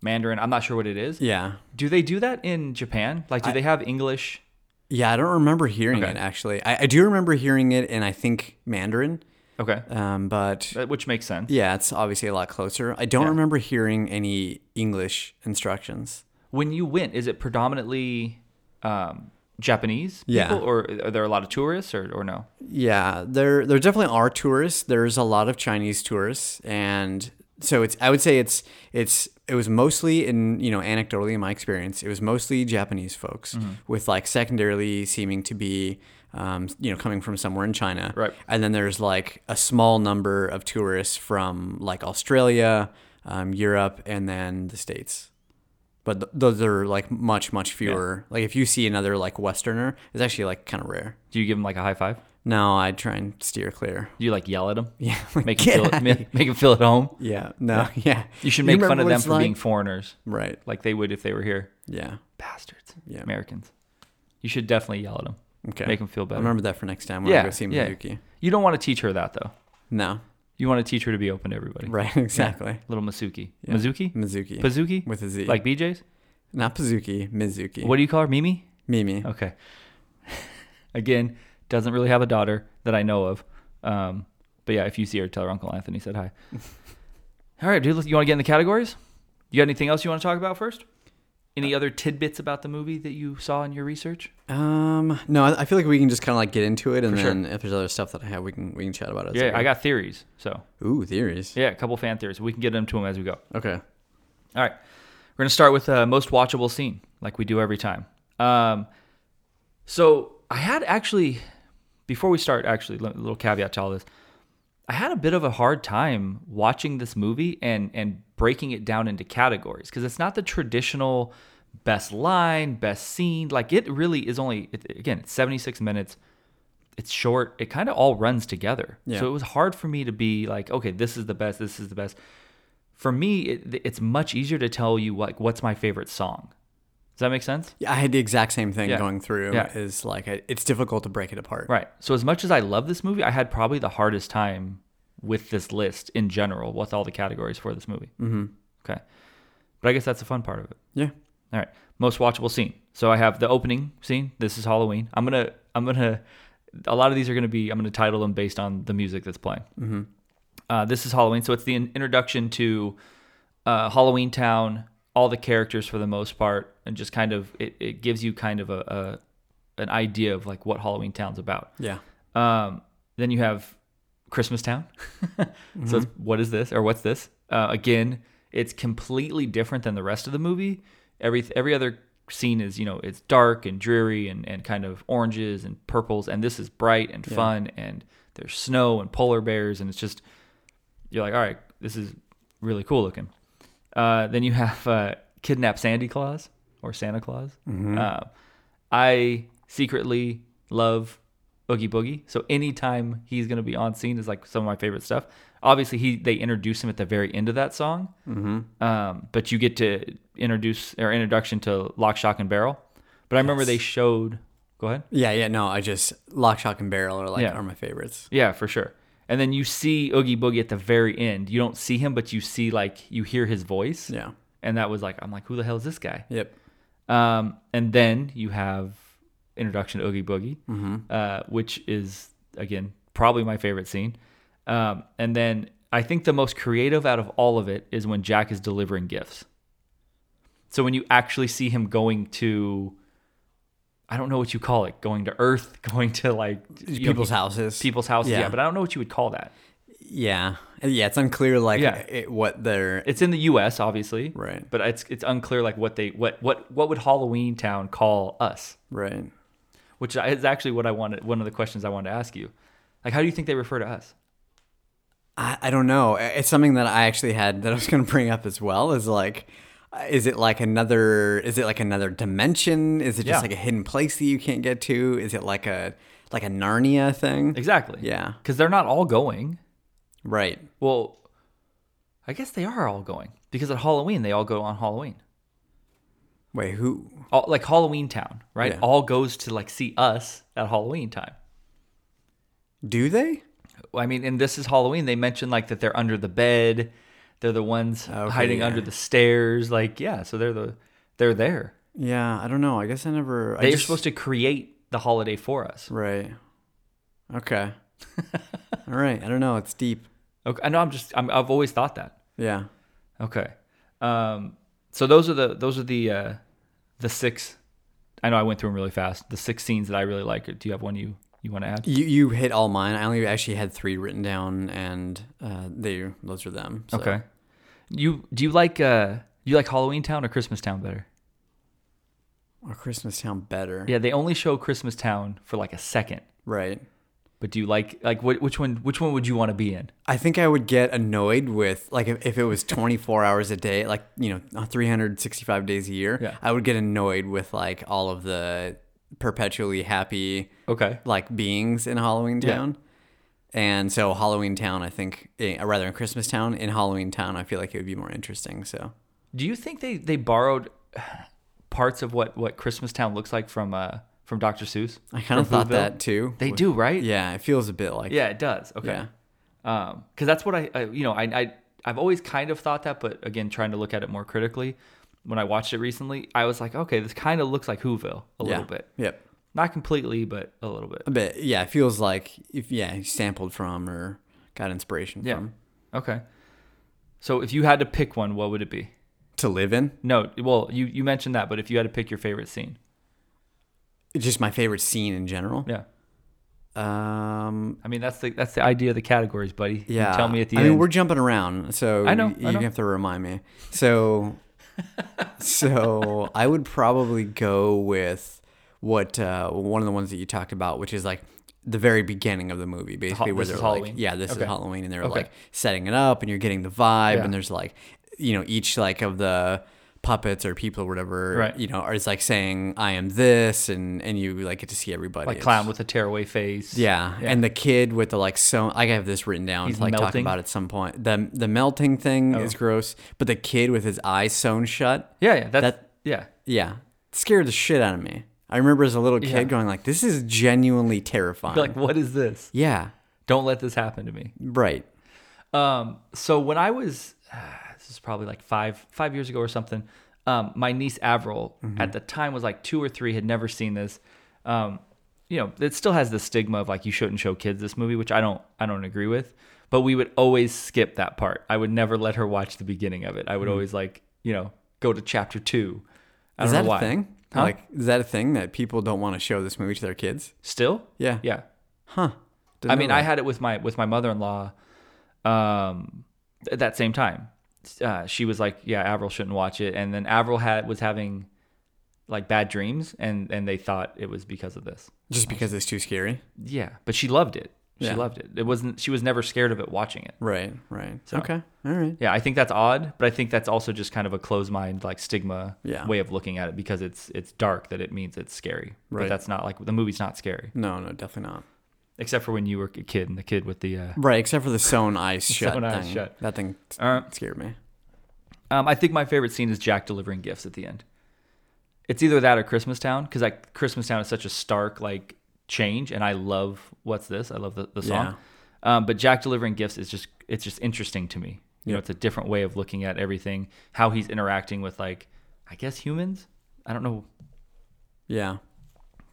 S1: Mandarin. I'm not sure what it is.
S7: Yeah.
S1: Do they do that in Japan? Like, do they have English?
S7: Yeah, I don't remember hearing
S1: Okay.
S7: it actually. I, I do remember hearing it in I think Mandarin,
S1: Okay,
S7: um, but
S1: That- which makes sense.
S7: yeah, it's obviously a lot closer. I don't remember hearing any English instructions.
S1: When you went, is it predominantly um, Japanese
S7: Yeah.
S1: people, or are there a lot of tourists, or, or no?
S7: Yeah, there there definitely are tourists. There's a lot of Chinese tourists, and so it's I would say it's it's it was mostly in you know anecdotally in my experience it was mostly Japanese folks with like secondarily seeming to be um, you know coming from somewhere in China,
S1: Right.
S7: And then there's like a small number of tourists from like Australia, um, Europe, and then the states. But th- those are like much much fewer. Like if you see another like Westerner, it's actually like kind of rare.
S1: Do you give them like a high five?
S7: No, I try and steer clear.
S1: Do you like yell at them?
S7: Yeah,
S1: make
S7: get
S1: them feel
S7: outta
S1: ma-
S7: here.
S1: make them feel at home.
S7: Yeah, no, yeah.
S1: You should make fun
S7: remember
S1: of
S7: what
S1: them
S7: it's
S1: for
S7: like?
S1: being foreigners,
S7: right.
S1: like they would if they were here.
S7: Yeah.
S1: Bastards,
S7: Yeah.
S1: Americans. You should definitely yell at them.
S7: Okay.
S1: Make them feel
S7: I
S1: better.
S7: remember that for next time when I
S1: yeah,
S7: go see
S1: yeah.
S7: Miyuki.
S1: You don't want to teach her that though.
S7: No,
S1: You want to teach her to be open to everybody.
S7: right, exactly.
S1: Little Masuki. Mizuki?
S7: Mizuki.
S1: Pazuki?
S7: With a Z.
S1: Like BJ's?
S7: Not Pazuki, Mizuki.
S1: What do you call her? Mimi?
S7: Mimi.
S1: Okay. Again, doesn't really have a daughter that I know of. Um, but yeah, if you see her, tell her Uncle Anthony said hi. All right, dude, you want to get in the categories? You got anything else you want to talk about first? Any other tidbits about the movie that you saw in your research?
S7: Um, no, I I feel like we can just kind of like get into it, and then if there's other stuff that I have, we can we can chat about it.
S1: Yeah, I got theories. So,
S7: ooh theories.
S1: yeah, a couple fan theories. We can get into them as we go.
S7: Okay.
S1: All right. We're going to start with uh, most watchable scene, like we do every time. Um, so I had actually, before we start, actually, a little caveat to all this. I had a bit of a hard time watching this movie and and breaking it down into categories because it's not the traditional best line, best scene. Like it really is only it, again, it's 76 minutes. It's short. It kind of all runs together. So it was hard for me to be like, okay, this is the best. This is the best for me it, it's much easier to tell you like what's my favorite song does that make sense
S7: Yeah, I had the exact same thing
S1: Yeah.
S7: going through.
S1: Yeah.
S7: Is like I, it's difficult to break it apart.
S1: right so as much as i love this movie i had probably the hardest time with this list in general with all the categories for this movie mm-hmm. okay but i guess that's the fun part of it
S7: Yeah.
S1: all right most watchable scene so i have the opening scene this is halloween i'm gonna i'm gonna a lot of these are gonna be i'm gonna title them based on the music that's playing mm-hmm. uh, this is halloween so it's the in- introduction to uh, Halloween Town, all the characters for the most part, and just kind of it, it gives you kind of a, a an idea of like what Halloween Town's about.
S7: Yeah.
S1: Um, then you have Christmas Town. So it's, what is this or what's this? Uh, again, it's completely different than the rest of the movie. Every every other scene is you know it's dark and dreary and and kind of oranges and purples, and this is bright and fun and there's snow and polar bears and it's just you're like all right this is really cool looking. Uh, then you have uh, kidnap Sandy Claus or Santa Claus. Uh, I secretly love Oogie Boogie, so anytime he's gonna be on scene is like some of my favorite stuff. Obviously, he they introduce him at the very end of that song, um, but you get to introduce or introduction to Lock, Shock, and Barrel. But I remember they showed. Go ahead.
S7: Yeah. Yeah. No, I just lock, shock, and barrel are like
S1: Yeah.
S7: are my favorites.
S1: Yeah, for sure. And then you see Oogie Boogie at the very end. You don't see him, but you see like you hear his voice.
S7: Yeah.
S1: And that was like I'm like, who the hell is this guy?
S7: Yep.
S1: Um, and then you have introduction to Oogie Boogie,
S7: Mm-hmm.
S1: uh, which is again probably my favorite scene. Um, and then I think the most creative out of all of it is when Jack is delivering gifts. So when you actually see him going to, I don't know what you call it, going to Earth, going to like you know,
S7: People's houses.
S1: people's houses, yeah.
S7: Yeah.
S1: But I don't know what you would call that.
S7: Yeah. Yeah. It's unclear like
S1: Yeah.
S7: it, what they're.
S1: It's in the U.S. obviously,
S7: Right.
S1: But it's it's unclear like what they what what what would Halloween Town call us?
S7: right.
S1: which is actually what I wanted. One of the questions I wanted to ask you, like, how do you think they refer to us?
S7: I, I don't know. I- It's something that I actually had that I was going to bring up as well. Is like, uh, is it like another? Is it like another dimension? Is it just
S1: Yeah.
S7: like a hidden place that you can't get to? Is it like a like a Narnia thing?
S1: Exactly.
S7: Yeah.
S1: Because they're not all going.
S7: Right.
S1: Well, I guess they are all going because at Halloween they all go on Halloween,
S7: Wait. Who?
S1: all, like Halloween Town, right?
S7: Yeah.
S1: All goes to like see us at Halloween time.
S7: Do they?
S1: I mean, and this is Halloween. They mention like that they're under the bed, they're the ones hiding
S7: yeah.
S1: under the stairs. Like, yeah, so they're the they're there.
S7: Yeah. I don't know. I guess I never. I
S1: They're
S7: just-
S1: supposed to create the holiday for us.
S7: Right. Okay. All right. I don't know. It's deep.
S1: Okay, I know. I'm just I'm, I've always thought that.
S7: Yeah.
S1: Okay. Um, so those are the those are the uh, the six. I know I went through them really fast. The six scenes that I really like. Do you have one you you want to add?
S7: You you hit all mine. I only actually had three written down, and uh, they those are them. so.
S1: Okay. You do you like uh you like Halloween Town or Christmas Town better?
S7: Or Christmas Town better.
S1: Yeah, they only show Christmas Town for like a second.
S7: Right.
S1: But do you like like wh- which one which one would you want to be in?
S7: I think I would get annoyed with like if, if it was 24 hours a day, like you know, uh, 365 days a year.
S1: Yeah.
S7: I would get annoyed with like all of the perpetually happy
S1: Okay.
S7: like beings in Halloween Town. And so Halloween Town, I think, eh, or rather in Christmas Town, in Halloween Town, I feel like it would be more interesting. So
S1: Do you think they they borrowed parts of what what Christmas Town looks like from uh from Dr. Seuss?
S7: I kind of
S1: From
S7: thought
S1: Whoville?
S7: that too.
S1: They do, right?
S7: Yeah, it feels a bit like
S1: Yeah, it does. Okay.
S7: Yeah.
S1: because that's what I, I you know I, I I've always kind of thought that, but again, trying to look at it more critically, when I watched it recently, I was like, okay, this kind of looks like Whoville a
S7: yeah.
S1: little bit,
S7: Yep.
S1: not completely, but a little bit.
S7: A bit. Yeah, it feels like if yeah, sampled from or got inspiration
S1: Yeah.
S7: from.
S1: Okay. So if you had to pick one, what would it be?
S7: to live in.
S1: No, well, you you mentioned that, but if you had to pick your favorite scene,
S7: It's just my favorite scene in general.
S1: yeah,
S7: Um,
S1: I mean that's the that's the idea of the categories, buddy. You
S7: yeah.
S1: tell me at the
S7: I
S1: end.
S7: mean, we're jumping around, so
S1: I know,
S7: You
S1: I know.
S7: have to remind me. So, so I would probably go with what uh, one of the ones that you talked about, which is like the very beginning of the movie, basically where
S1: this
S7: they're
S1: is
S7: like,
S1: Halloween?
S7: yeah, this
S1: Okay.
S7: is Halloween, and they're
S1: Okay.
S7: like setting it up, and you're getting the vibe,
S1: Yeah.
S7: and there's like, you know, each like of the puppets or people or whatever,
S1: Right.
S7: you know, are it's like saying I am this, and and you like get to see everybody,
S1: like
S7: It's-
S1: clown with a tearaway face.
S7: yeah. and the kid with the like so I have this written down
S1: He's
S7: to like talk
S1: melting? Oh.
S7: about at some point. The the melting thing is gross, but the kid with his eyes sewn shut,
S1: yeah, yeah, that's,
S7: That-
S1: yeah.
S7: yeah, scared the shit out of me. I remember as a little kid
S1: Yeah.
S7: going like, "This is genuinely terrifying."
S1: Like, what is this?
S7: yeah,
S1: Don't let this happen to me.
S7: right.
S1: so when I was ah, this is probably like five five years ago or something, um, my niece Avril
S7: Mm-hmm.
S1: at the time was like two or three, had never seen this. Um, you know, it still has the stigma of like you shouldn't show kids this movie, which I don't I don't agree with. But we would always skip that part. I would never let her watch the beginning of it. I would always like you know go to chapter two. I
S7: Mm-hmm.
S1: don't
S7: Is that
S1: know why.
S7: a thing?
S1: Huh?
S7: Like, is that a thing that people don't want to show this movie to their kids?
S1: Still?
S7: Yeah.
S1: Yeah.
S7: Didn't
S1: I
S7: know
S1: mean, I
S7: that.
S1: had it with my with my mother in law, um, at that same time. Uh, she was like, "Yeah, Avril shouldn't watch it," and then Avril had was having like bad dreams, and and they thought it was because of this.
S7: just because it's too scary.
S1: Yeah, but she loved it. She
S7: Yeah.
S1: loved it. It wasn't. She was never scared of it watching it.
S7: Right. Right. Okay. All right.
S1: Yeah, I think that's odd, but I think that's also just kind of a closed mind like stigma
S7: Yeah.
S1: way of looking at it because it's it's dark that it means it's scary. But
S7: Right.
S1: that's not like the movie's not scary
S7: No. No. Definitely not.
S1: except for when you were a kid and the kid with the uh,
S7: Right. Except for the sewn eyes shut.
S1: Sewn eyes
S7: thing.
S1: shut.
S7: That thing
S1: All right.
S7: scared me.
S1: Um, I think my favorite scene is Jack delivering gifts at the end. It's either that or Christmas Town because like Christmas Town is such a stark like change, and I love what's this? I love the, the song. Um, but Jack delivering gifts is just it's just interesting to me. You know, it's a different way of looking at everything. How he's interacting with like I guess humans. I don't know.
S7: Yeah.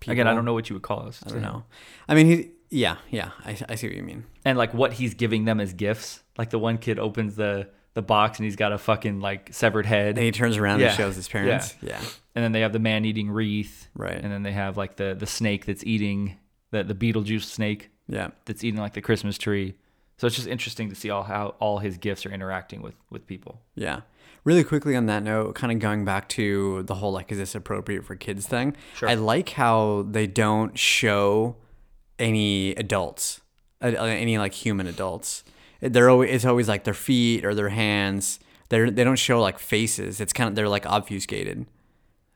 S1: Again, I
S7: People.
S1: don't know what you would call us.
S7: I don't know. I mean, he, yeah, yeah, I, I see what you mean.
S1: and like what he's giving them as gifts. Like the one kid opens the the box and he's got a fucking like severed head.
S7: And he turns around
S1: Yeah.
S7: and shows his parents. Yeah.
S1: and then they have the man eating wreath
S7: Right.
S1: and then they have like the the snake that's eating the the beetlejuice snake
S7: Yeah.
S1: that's eating like the christmas tree so it's just interesting to see all how all his gifts are interacting with with people
S7: Yeah. Really quickly on that note, kind of going back to the whole like, is this appropriate for kids thing? Sure. I like how they don't show any adults, uh, uh, any like human adults. They're always it's always like their feet or their hands. They're they don't show like faces. It's kind of they're like obfuscated.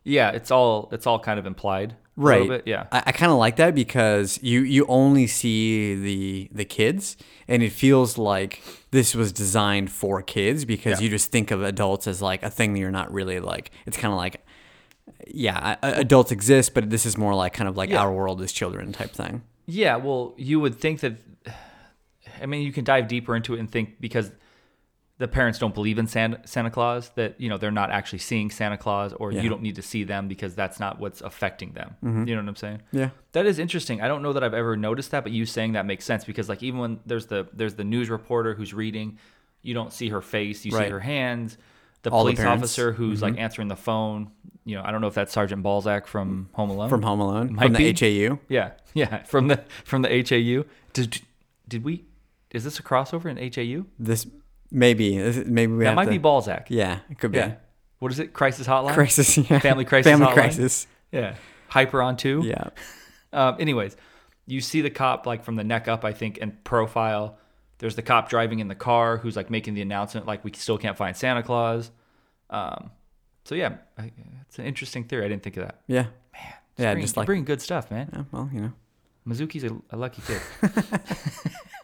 S1: yeah it's all it's all kind of implied a
S7: right
S1: little bit. yeah
S7: i, I kind of like that because you you only see the the kids and it feels like this was designed for kids because you just think of adults as like a thing that you're not really like it's kind of like yeah I- I- adults exist but this is more like kind of like our world as children type thing
S1: Yeah, well, you would think that. I mean, you can dive deeper into it and think because the parents don't believe in Santa, Santa Claus that you know they're not actually seeing Santa Claus, or you don't need to see them because that's not what's affecting them. You know what I'm saying?
S7: Mm-hmm. Yeah.
S1: that is interesting. I don't know that I've ever noticed that, but you saying that makes sense because like even when there's the there's the news reporter who's reading, you don't see her face, you see
S7: Right.
S1: her hands. The
S7: All the
S1: police
S7: parents. Mm-hmm.
S1: officer who's like answering the phone, you know, I don't know if that's Sergeant Balzac from Home Alone.
S7: from home alone
S1: Might
S7: from
S1: be.
S7: the hau
S1: Yeah, yeah. From the from the HAU. Did did we? Is this a crossover in HAU?
S7: this maybe this- maybe we
S1: That
S7: have
S1: might
S7: to-
S1: be Balzac.
S7: yeah it could be
S1: yeah. What is it? Crisis Hotline.
S7: crisis yeah.
S1: Family crisis
S7: family
S1: hotline.
S7: crisis
S1: Yeah. Hyper on two.
S7: yeah
S1: Um, anyways, you see the cop like from the neck up, I think, and profile. There's the cop driving in the car who's like making the announcement, like we still can't find Santa Claus. Um, so yeah, I, it's an interesting theory. I didn't think of that.
S7: yeah yeah
S1: Bring-
S7: just
S1: you
S7: like
S1: bring good stuff, man.
S7: yeah, well you know
S1: Mizuki's a, a lucky kid.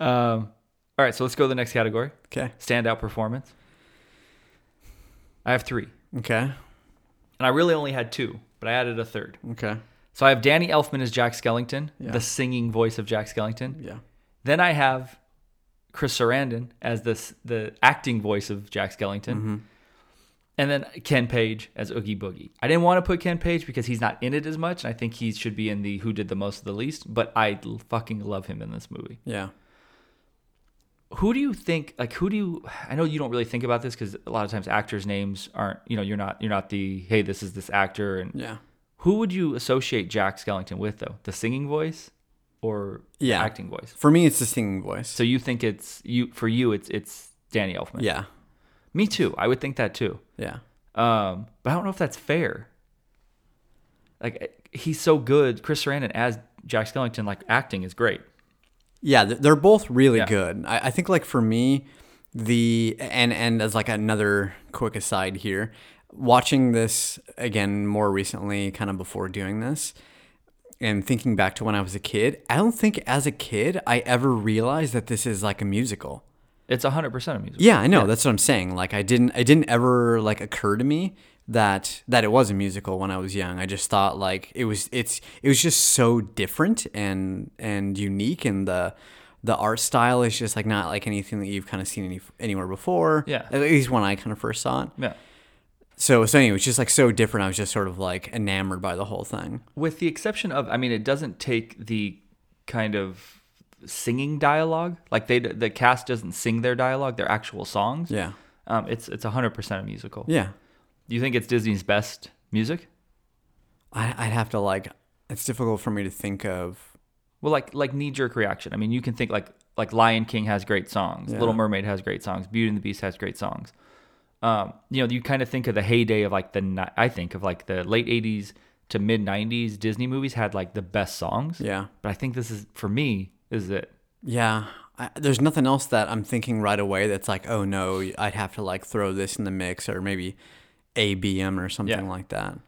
S1: um, all right, so let's go to the next category.
S7: okay
S1: Standout performance. I have three,
S7: okay
S1: and I really only had two, but I added a third.
S7: okay
S1: So I have Danny Elfman as Jack Skellington, the singing voice of Jack Skellington.
S7: yeah
S1: Then I have Chris Sarandon as the s- the acting voice of Jack Skellington. And then Ken Page as Oogie Boogie. I didn't want to put Ken Page because he's not in it as much, and I think he should be in the Who Did the Most of the Least. But I l- fucking love him in this movie.
S7: yeah
S1: who do you think like who do you i know you don't really think about this because a lot of times actors names aren't you know you're not you're not the hey this is this actor and
S7: Yeah.
S1: who would you associate jack skellington with though the singing voice or the
S7: Yeah.
S1: acting voice
S7: For me, it's the singing voice.
S1: so you think it's you for you it's it's danny elfman
S7: yeah.
S1: me too i would think that too
S7: Yeah.
S1: um but i don't know if that's fair like eh, he's so good chris sarandon as jack skellington like acting is great
S7: Yeah, th- they're both really
S1: Yeah.
S7: good. I, I think like for me, the and and as like another quick aside here, watching this again more recently, kind of before doing this, and thinking back to when I was a kid, I don't think as a kid I ever realized that this is like a musical.
S1: it's 100% a musical
S7: Yeah, I know. That's what I'm saying. Like I didn't it didn't ever like occur to me that that it was a musical when I was young. I just thought like it was it's it was just so different and and unique and the the art style is just like not like anything that you've kind of seen any, anywhere before.
S1: Yeah.
S7: At least when I kind of first saw it.
S1: yeah
S7: So so anyway, it was just like so different. I was just sort of like enamored by the whole thing.
S1: with the exception of i mean it doesn't take the kind of singing dialogue like they the cast doesn't sing their dialogue their actual songs
S7: Yeah.
S1: um it's it's 100% a musical
S7: Yeah.
S1: do you think it's disney's best music
S7: I I'd have to like it's difficult for me to think of
S1: well like like knee jerk reaction i mean you can think like like lion king has great songs little mermaid has great songs beauty and the beast has great songs um you know you kind of think of the heyday of like the ni- i think of like the late 80s to mid 90s disney movies had like the best songs
S7: Yeah.
S1: but i think this is for me this is it
S7: Yeah. I, there's nothing else that I'm thinking right away that's like, oh no, I'd have to like throw this in the mix or maybe ABM or something
S1: Yeah.
S7: like that.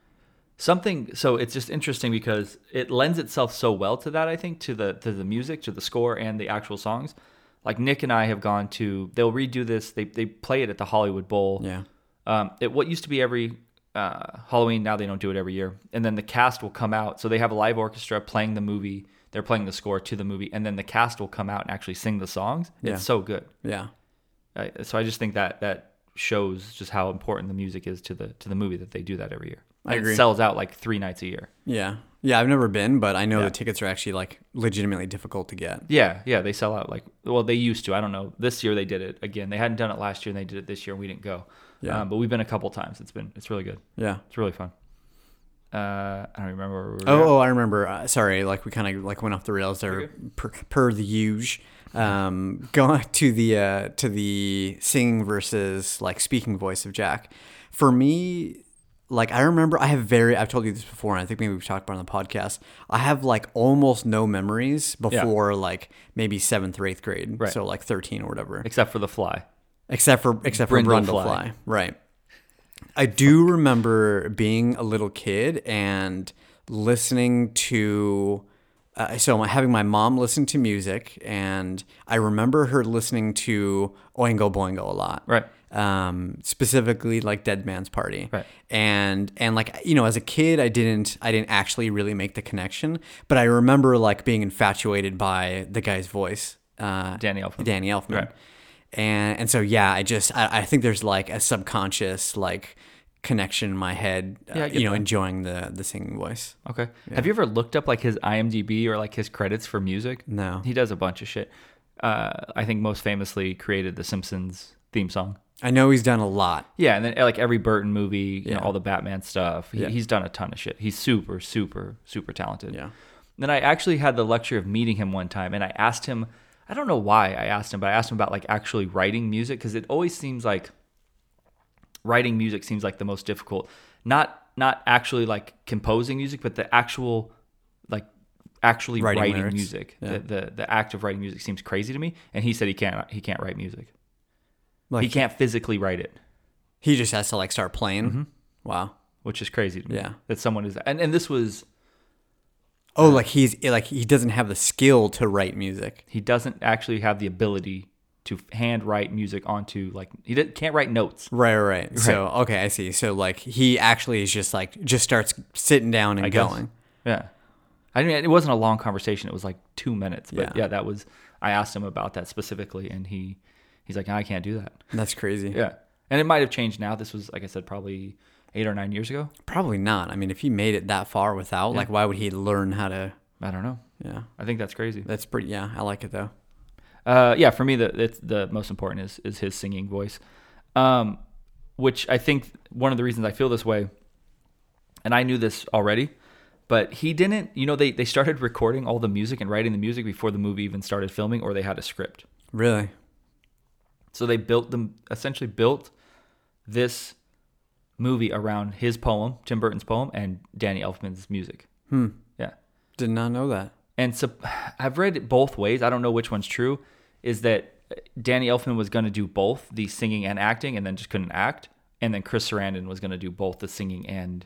S1: something so it's just interesting because it lends itself so well to that i think to the to the music to the score and the actual songs like nick and i have gone to they'll redo this they, they play it at the hollywood bowl
S7: Yeah.
S1: um, it what used to be every uh, halloween now they don't do it every year and then the cast will come out so they have a live orchestra playing the movie they're playing the score to the movie and then the cast will come out and actually sing the songs
S7: Yeah.
S1: it's so good
S7: Yeah.
S1: I, so i just think that that shows just how important the music is to the to the movie that they do that every year
S7: I
S1: And
S7: agree.
S1: it sells out like three nights a year
S7: Yeah. Yeah. I've never been, but I know
S1: Yeah.
S7: the tickets are actually like legitimately difficult to get.
S1: Yeah, yeah, they sell out like well, they used to. I don't know. This year they did it again. They hadn't done it last year, and they did it this year, and we didn't go.
S7: Yeah.
S1: um, but we've been a couple times. It's been it's really good.
S7: Yeah.
S1: It's really fun. Uh, I don't remember. Where we were
S7: Oh,
S1: at.
S7: oh, I remember. Uh, sorry, like we kind of like went off the rails there, per, per the huge. Um, going to the uh, to the singing versus like speaking voice of Jack. For me, like I remember, I have very. I've told you this before, and I think maybe we've talked about it on the podcast. I have like almost no memories before like maybe seventh or eighth grade,
S1: Right.
S7: so like thirteen or whatever
S1: except for the fly.
S7: except for except for
S1: Brindlefly.
S7: Brundlefly, right? I do remember being a little kid and listening to. Uh, so I'm having my mom listen to music, and I remember her listening to Oingo Boingo a lot,
S1: Right.
S7: Um, specifically like Dead Man's Party,
S1: Right.
S7: and and like you know, as a kid, I didn't I didn't actually really make the connection, but I remember like being infatuated by the guy's voice, uh,
S1: Danny Elfman.
S7: Danny Elfman,
S1: Right.
S7: and and so yeah, I just I, I think there's like a subconscious like connection in my head, uh,
S1: Yeah, I get
S7: you know,
S1: that.
S7: enjoying the the singing voice.
S1: Okay. Have you ever looked up like his IMDb or like his credits for music?
S7: No.
S1: He does a bunch of shit. Uh, I think most famously created the Simpsons theme song.
S7: I know he's done a lot.
S1: Yeah, and then eh, like every Burton movie, you know, all the Batman stuff. He, He's done a ton of shit. He's super, super, super talented.
S7: Yeah.
S1: Then I actually had the luxury of meeting him one time, and I asked him. I don't know why I asked him, but I asked him about like actually writing music because it always seems like writing music seems like the most difficult. Not not actually like composing music, but the actual like actually
S7: Writing
S1: writing,
S7: lyrics.
S1: music. The, the the act of writing music seems crazy to me. And he said he can't he can't write music.
S7: Like
S1: he can't physically write it.
S7: He just has to like start playing.
S1: Mm-hmm.
S7: Wow.
S1: which is crazy to me.
S7: Yeah.
S1: That someone is and, and this was
S7: Oh, like he's like he doesn't have the skill to write music.
S1: he doesn't actually have the ability to hand write music onto like he did, can't write notes.
S7: Right, right, right. So okay, I see. So like he actually is just like just starts sitting down and
S1: guess.
S7: going.
S1: Yeah. I mean it wasn't a long conversation. It was like 2 minutes, but
S7: Yeah.
S1: yeah, that was I asked him about that specifically and he he's like I can't do that.
S7: That's crazy.
S1: Yeah. And it might have changed now. This was like I said probably 8 or 9 years ago.
S7: Probably not. I mean, if he made it that far without, like, why would he learn how to?
S1: I don't know.
S7: Yeah,
S1: I think that's crazy.
S7: that's pretty. Yeah, I like it though.
S1: Uh, yeah, for me, the it's the most important is is his singing voice, um, which I think one of the reasons I feel this way. And I knew this already, but he didn't. You know, they they started recording all the music and writing the music before the movie even started filming, or they had a script.
S7: Really?
S1: So they built them essentially built this movie around his poem, Tim Burton's poem, and Danny Elfman's music. Hmm. Yeah.
S7: Did not know that.
S1: And so I've read it both ways. I don't know which one's true. Is that uh, Danny Elfman was going to do both the singing and acting, and then just couldn't act, and then Chris Sarandon was going to do both the singing and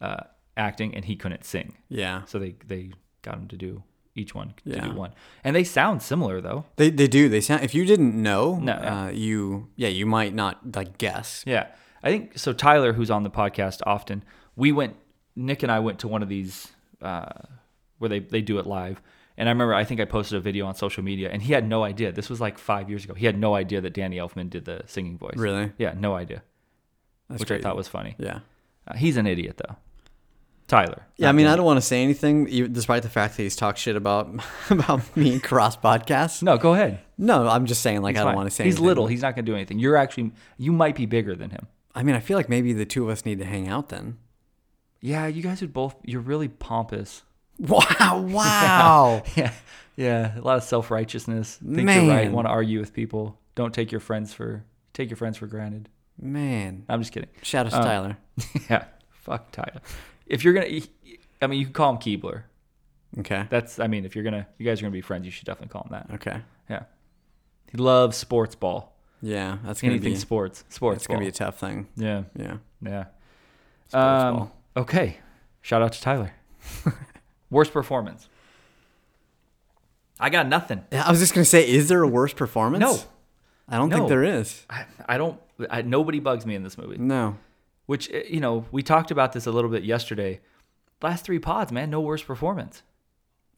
S1: uh, acting, and he couldn't sing.
S7: Yeah.
S1: So they they got him to do each one to
S7: Yeah.
S1: do one, and they sound similar though.
S7: They they do. They sound. If you didn't know,
S1: No, yeah.
S7: uh, you yeah, you might not like guess.
S1: Yeah. I think so. Tyler, who's on the podcast often, we went, Nick and I went to one of these uh, where they, they do it live. And I remember, I think I posted a video on social media and he had no idea. This was like five years ago. He had no idea that Danny Elfman did the singing voice.
S7: Really?
S1: Yeah, no idea.
S7: That's
S1: which I
S7: crazy.
S1: thought was funny.
S7: Yeah.
S1: Uh, he's an idiot, though. Tyler.
S7: Yeah, I mean, I don't want to say anything, you- despite the fact that he's talked shit about about me and cross podcasts.
S1: No, go ahead.
S7: No, I'm just saying, like, I don't
S1: Fine.
S7: want to say.
S1: He's
S7: anything.
S1: little. He's not going to do anything. You're actually, you might be bigger than him.
S7: I mean, I feel like maybe the two of us need to hang out then.
S1: Yeah, you guys would both, you're really pompous.
S7: Wow! Wow!
S1: yeah, yeah, a lot of self righteousness. Think
S7: Man.
S1: you're right. Want to argue with people? Don't take your friends for take your friends for granted.
S7: Man,
S1: I'm just kidding.
S7: shout
S1: Uh,
S7: out to Tyler.
S1: yeah, fuck Tyler. If you're gonna, I mean, you can call him Keebler.
S7: Okay.
S1: That's, I mean, if you're gonna, you guys are gonna be friends, you should definitely call him that.
S7: Okay.
S1: Yeah, he loves sports ball.
S7: Yeah, that's gonna
S1: Anything
S7: be
S1: sports, sports.
S7: that's gonna
S1: ball.
S7: be a tough thing.
S1: yeah,
S7: Yeah.
S1: yeah.
S7: Sports
S1: Um,
S7: ball.
S1: okay, shout out to Tyler. Worst performance. I got nothing.
S7: Yeah, I was just gonna say, is there a worse performance?
S1: No,
S7: I don't
S1: No.
S7: think there is.
S1: I, I don't. I, nobody bugs me in this movie.
S7: No.
S1: which eh, you know we talked about this a little bit yesterday last three pods man no worse performance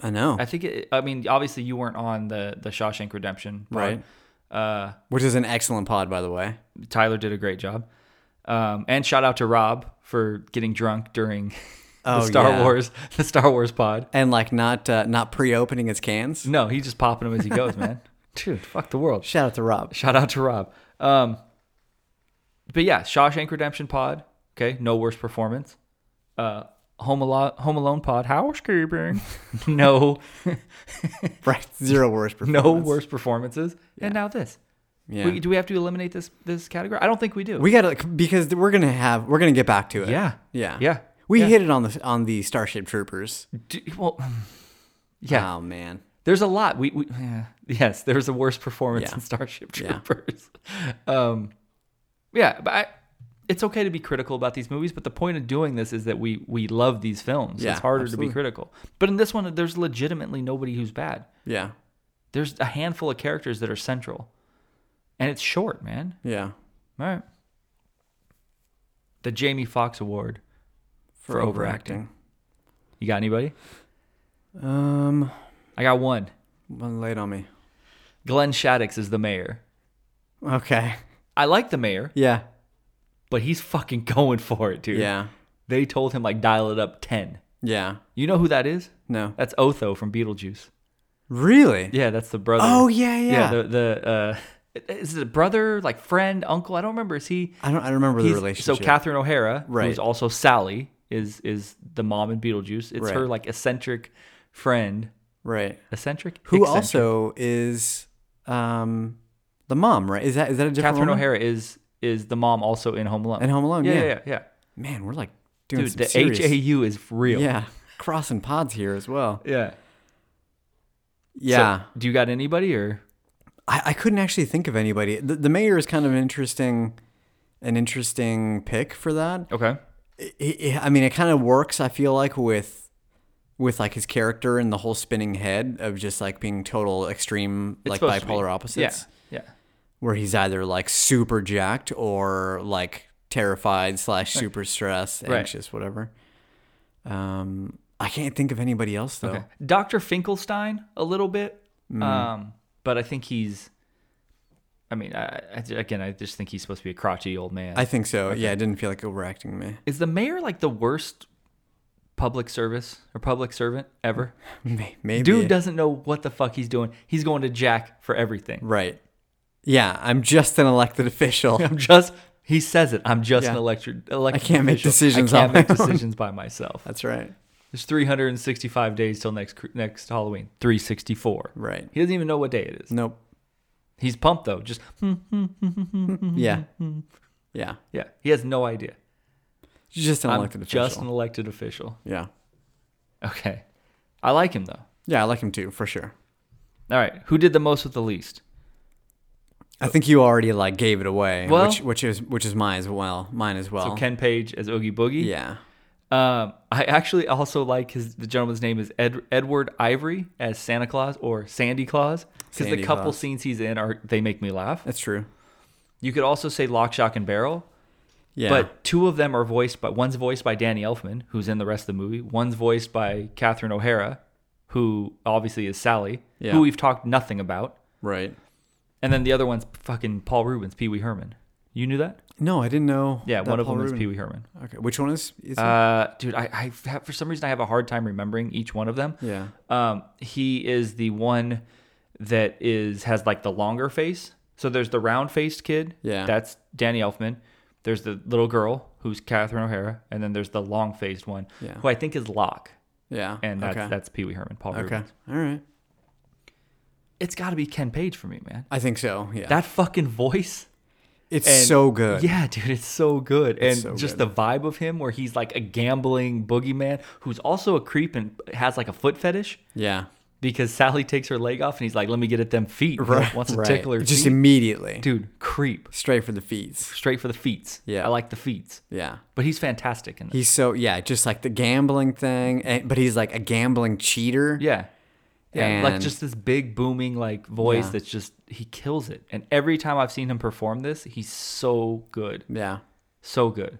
S7: I know.
S1: i think it, i mean obviously you weren't on the the shawshank redemption pod.
S7: right. Uh, Which is an excellent pod, by the way.
S1: tyler did a great job um, and shout out to rob for getting drunk during the
S7: Oh,
S1: star
S7: yeah.
S1: wars the star wars pod
S7: And like not uh, not pre-opening its cans.
S1: no he's just popping them as he goes man dude fuck the world
S7: Shout out to Rob.
S1: Mm. Shout out to Rob. Um, but yeah, Shawshank Redemption pod. Okay, no worse performance. Uh, Home Alone, Home Alone pod. Housekeeping. no,
S7: Right. Zero worst performance.
S1: no worse performances. And now this.
S7: Yeah.
S1: We, do we have to eliminate this this category? I don't think we do.
S7: We gotta because we're gonna have we're gonna get back to it.
S1: Yeah.
S7: Yeah.
S1: Yeah.
S7: We
S1: Yeah.
S7: hit it on the on the Starship Troopers.
S1: do, well. Yeah,
S7: Oh man.
S1: there's a lot. We, we yeah. yes, there's a worse performance
S7: Yeah.
S1: in Starship
S7: Yeah.
S1: Troopers. um, yeah, but I, it's okay to be critical about these movies. But the point of doing this is that we we love these films.
S7: Yeah,
S1: it's harder to
S7: absolutely.
S1: be critical. But in this one, there's legitimately nobody who's bad.
S7: Yeah.
S1: There's a handful of characters that are central, and it's short, man.
S7: Yeah.
S1: All right. The Jamie Foxx Award for, overacting. You got anybody?
S7: Um.
S1: I got one.
S7: One late on me.
S1: Glenn Shaddix is the mayor.
S7: Okay.
S1: I like the mayor.
S7: Yeah.
S1: but he's fucking going for it, dude.
S7: Yeah.
S1: They told him like dial it up 10.
S7: Yeah.
S1: You know who that is?
S7: No.
S1: That's Otho from Beetlejuice.
S7: Really?
S1: Uh, Yeah, that's the brother.
S7: Oh, yeah, yeah.
S1: the the uh is it a brother, like friend, uncle? I don't remember. Is he
S7: I don't. I remember the
S1: he's- So
S7: relationship.
S1: Catherine O'Hara,
S7: Right.
S1: who's also Sally, is is the mom in Beetlejuice. It's
S7: Right.
S1: her like eccentric friend.
S7: Right.
S1: Eccentric?
S7: Who
S1: Eccentric.
S7: also is um the mom? Right. Is that is that a different
S1: Catherine
S7: woman?
S1: O'Hara is is the mom also in Home Alone.
S7: In Home Alone,
S1: Yeah,
S7: yeah.
S1: yeah, yeah. yeah.
S7: Man, we're like doing
S1: Dude,
S7: some
S1: the
S7: serious.
S1: HAU is real.
S7: Yeah. Crossing pods here as well.
S1: Yeah. So,
S7: Yeah.
S1: do you got anybody or
S7: I, I couldn't actually think of anybody. The, the mayor is kind of an interesting, an interesting pick for that.
S1: Okay.
S7: It- it- I mean, it kind of works. I feel like with, with like his character and the whole spinning head of just like being total extreme, like
S1: supposed to be.
S7: bipolar opposites,
S1: Yeah. Yeah.
S7: where he's either like super jacked or like terrified slash super stressed,
S1: Right.
S7: anxious, whatever. Um, I can't think of anybody else though.
S1: Dr. Finkelstein a little bit.
S7: Mm-hmm.
S1: Um, but I think he's, I mean, I, I, again, I just think he's supposed to be a crotchety old man.
S7: I think so. Yeah, it didn't feel like overacting to me.
S1: Is the mayor like the worst public service or public servant ever.
S7: May- Maybe
S1: Dude doesn't know what the fuck he's doing. He's going to Jack for everything.
S7: right. Yeah, I'm just an elected official.
S1: I'm just. He says it. I'm just an
S7: Yeah.
S1: electric. elected
S7: I can't make
S1: official.
S7: decisions
S1: I can't
S7: on
S1: make
S7: my own."
S1: decisions by myself.
S7: That's right.
S1: There's 365 days till next cr- next Halloween. 364.
S7: Right.
S1: He doesn't even know what day it is.
S7: Nope.
S1: He's pumped though. Just Mm-hmm.
S7: Yeah. Yeah.
S1: yeah. He has no idea.
S7: Just an
S1: I'm
S7: elected official.
S1: just an elected official.
S7: yeah.
S1: Okay. I like him though.
S7: Yeah, I like him too, for sure.
S1: All right. Who did the most with the least?
S7: I think you already like gave it away,
S1: Uh, Well-
S7: which which is which is mine as well. Mine as well.
S1: So Ken Page as Oogie Boogie.
S7: Yeah.
S1: Um, I actually also like his the gentleman's name is Ed, Edward Ivory as Santa Claus or Sandy Claus because the
S7: Sandy
S1: couple
S7: Claus.
S1: scenes he's in are they make me laugh.
S7: That's true.
S1: You could also say Lock, Shock, and Barrel,
S7: Yeah.
S1: but two of them are voiced by one's voiced by Danny Elfman, who's in the rest of the movie. One's voiced by Catherine O'Hara, who obviously is Sally,
S7: Yeah.
S1: who we've talked nothing about,
S7: right.
S1: and then the other one's fucking Paul Rubens, Pee Wee Herman. You knew that?
S7: No, I didn't know.
S1: Yeah,
S7: that
S1: one of
S7: Paul
S1: them is
S7: Rubin-
S1: Pee Wee Herman.
S7: Okay. Which one is, is it?
S1: Uh, dude, I, I have, for some reason I have a hard time remembering each one of them.
S7: Yeah.
S1: Um, he is the one that is has like the longer face. So there's the round faced kid.
S7: Yeah.
S1: That's Danny Elfman. There's the little girl who's Catherine O'Hara, and then there's the long faced one,
S7: Yeah.
S1: who I think is Locke,
S7: Yeah.
S1: and that's
S7: okay.
S1: that's Pee Wee Herman, Paul
S7: Okay.
S1: Rubens.
S7: All right.
S1: It's got to be Ken Page for me, man.
S7: I think so. Yeah.
S1: That fucking voice.
S7: it's
S1: And-
S7: so good.
S1: Yeah, dude, it's so good. And
S7: so
S1: just
S7: good.
S1: the vibe of him where he's like a gambling boogeyman who's also a creep and has like a foot fetish
S7: Yeah.
S1: because Sally takes her leg off and he's like, let me get at them feet. You know, Wants to tickle her
S7: Just
S1: feet.
S7: immediately.
S1: dude, creep.
S7: Straight for the feet.
S1: Straight for the feet.
S7: Yeah.
S1: I like the feet.
S7: Yeah.
S1: But he's fantastic in this.
S7: He's so yeah, just like the gambling thing, and, but he's like a gambling cheater.
S1: yeah. Yeah, like
S7: And-
S1: just this big booming like voice
S7: Yeah.
S1: that's just he kills it. And every time I've seen him perform this, he's so good.
S7: Yeah.
S1: So good.